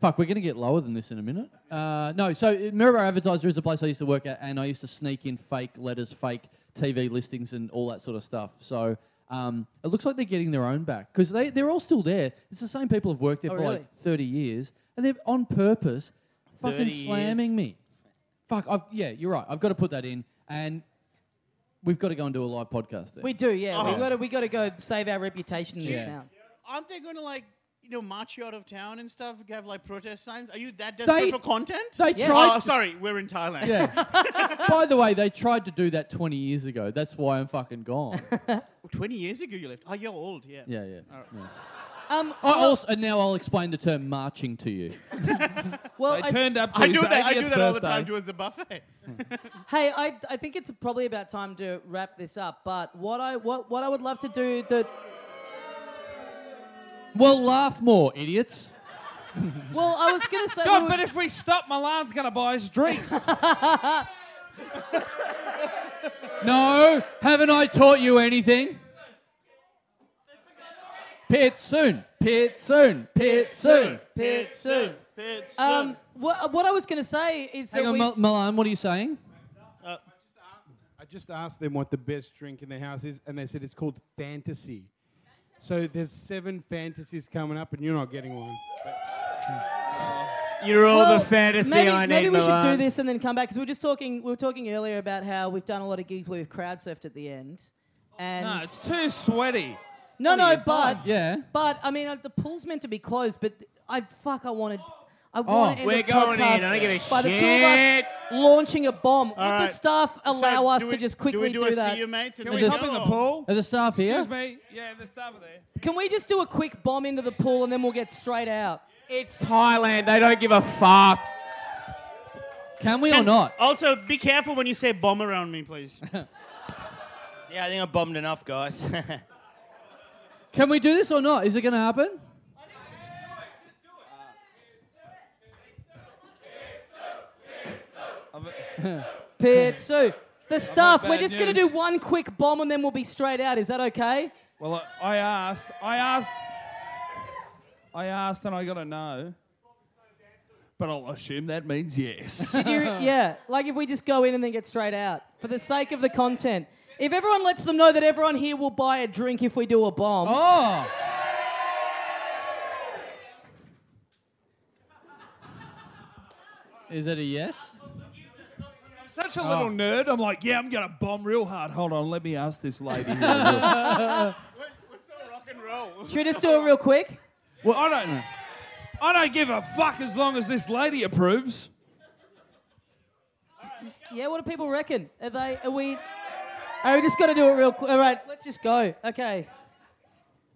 [SPEAKER 2] Fuck, we're going to get lower than this in a minute. Uh, no, so uh, Maryborough Advertiser is a place I used to work at, and I used to sneak in fake letters, fake TV listings, and all that sort of stuff. So um, it looks like they're getting their own back because they, they're all still there. It's the same people who've worked there
[SPEAKER 1] Oh,
[SPEAKER 2] for
[SPEAKER 1] really?
[SPEAKER 2] like 30 years, and they're on purpose fucking
[SPEAKER 4] 30 years?
[SPEAKER 2] slamming me. Fuck, I've, yeah, you're right. I've got to put that in, and we've got to go and do a live podcast there.
[SPEAKER 1] we do, yeah. We gotta, we got to go save our reputation in this
[SPEAKER 2] Oh. Yeah.
[SPEAKER 1] town.
[SPEAKER 8] Aren't they going to like, you know, march you out of town and stuff? Have like protest signs? Are you that desperate
[SPEAKER 2] They-
[SPEAKER 8] for content?
[SPEAKER 2] they
[SPEAKER 8] yeah.
[SPEAKER 2] tried
[SPEAKER 8] Oh,
[SPEAKER 2] to-
[SPEAKER 8] sorry, we're in Thailand.
[SPEAKER 2] yeah. By the way, they tried to do that 20 years ago. That's why I'm fucking gone.
[SPEAKER 8] Twenty years ago, you left. Oh, you're old. Yeah.
[SPEAKER 2] Yeah, yeah. yeah.
[SPEAKER 1] Um,
[SPEAKER 2] I also, and now I'll explain the term marching to you.
[SPEAKER 1] well,
[SPEAKER 3] They
[SPEAKER 1] I-
[SPEAKER 3] turned up to
[SPEAKER 8] I
[SPEAKER 3] his
[SPEAKER 8] do that. I
[SPEAKER 3] 80th
[SPEAKER 8] do that all the
[SPEAKER 3] birthday.
[SPEAKER 8] time towards the buffet.
[SPEAKER 1] Hey, I, I think it's probably about time to wrap this up. But what I what, what I would love to do that
[SPEAKER 2] well, laugh more, idiots.
[SPEAKER 1] well I was gonna say we
[SPEAKER 3] God,
[SPEAKER 1] were-
[SPEAKER 3] but if we stop, Milan's going to buy us drinks.
[SPEAKER 2] No, haven't I taught you anything? Pit soon, pit soon, pit soon.
[SPEAKER 8] Pit soon. Pit soon.
[SPEAKER 1] um what, what I was gonna say is
[SPEAKER 2] Hang
[SPEAKER 1] that
[SPEAKER 2] on,
[SPEAKER 1] we
[SPEAKER 2] Mil- Milan, what are you saying?
[SPEAKER 10] I just asked them what the best drink in their house is, and they said it's called Fantasy. So there's seven fantasies coming up, and you're not getting one.
[SPEAKER 5] You're all
[SPEAKER 1] Well,
[SPEAKER 5] the fantasy
[SPEAKER 1] maybe,
[SPEAKER 5] I need.
[SPEAKER 1] Maybe we should do
[SPEAKER 5] Milan.
[SPEAKER 1] this and then come back because we were just talking. We were talking earlier about how we've done a lot of gigs where we've crowd surfed at the end, and
[SPEAKER 3] no, it's too sweaty.
[SPEAKER 1] no, no, but
[SPEAKER 2] Yeah.
[SPEAKER 1] but I mean uh, the pool's meant to be closed, but I fuck. I wanted. I
[SPEAKER 8] Oh,
[SPEAKER 1] want to end
[SPEAKER 5] we're
[SPEAKER 1] the
[SPEAKER 5] going in,
[SPEAKER 1] podcast
[SPEAKER 5] I don't give a
[SPEAKER 1] by the two of
[SPEAKER 5] shit.
[SPEAKER 1] us launching a bomb. Would the
[SPEAKER 8] right.
[SPEAKER 1] staff allow
[SPEAKER 8] So
[SPEAKER 1] us
[SPEAKER 8] do
[SPEAKER 1] to
[SPEAKER 8] we-
[SPEAKER 1] just quickly
[SPEAKER 8] do, we do, a
[SPEAKER 1] that?
[SPEAKER 8] See you, mates, and
[SPEAKER 3] Can we
[SPEAKER 8] then
[SPEAKER 3] hop in the
[SPEAKER 8] go?
[SPEAKER 3] pool?
[SPEAKER 9] Are the staff here?
[SPEAKER 3] Excuse me. Yeah, the staff are there.
[SPEAKER 1] Can we just do a quick bomb into the pool and then we'll get straight out?
[SPEAKER 5] It's Thailand. They don't give a fuck.
[SPEAKER 9] Can we or not?
[SPEAKER 8] Also, be careful when you say bomb around me, please.
[SPEAKER 4] Yeah, I think I bombed enough, guys.
[SPEAKER 9] Can we do this or not? Is it going to happen?
[SPEAKER 1] Pitsu. The staff. We're
[SPEAKER 3] bad
[SPEAKER 1] just going to do
[SPEAKER 3] news.
[SPEAKER 1] one quick bomb and then we'll be straight out. Is that okay?
[SPEAKER 3] Well, I, I asked. I asked. I asked, and I got a no. But I'll assume that means yes.
[SPEAKER 1] Did you- yeah, like if we just go in and then get straight out for the sake of the content. If everyone lets them know that everyone here will buy a drink if we do a bomb.
[SPEAKER 9] Oh, is it a yes?
[SPEAKER 3] Such a little nerd. I'm like, yeah, I'm gonna bomb real hard. Hold on, let me ask this lady. here real quick."
[SPEAKER 8] We're so rock and roll.
[SPEAKER 1] Should we just do it real quick?
[SPEAKER 3] I don't. I don't give a fuck as long as this lady approves.
[SPEAKER 1] Yeah, what do people reckon? Are they? Are we? Are we just got to do it real quick? All right, let's just go. Okay.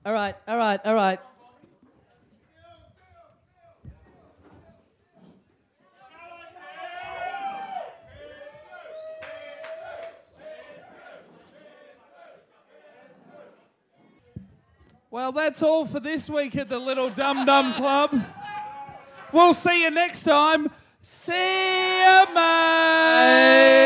[SPEAKER 1] All right. All right. All right.
[SPEAKER 3] Well, that's all for this week at the Little Dum Dum Club. We'll see you next time. See you, mate.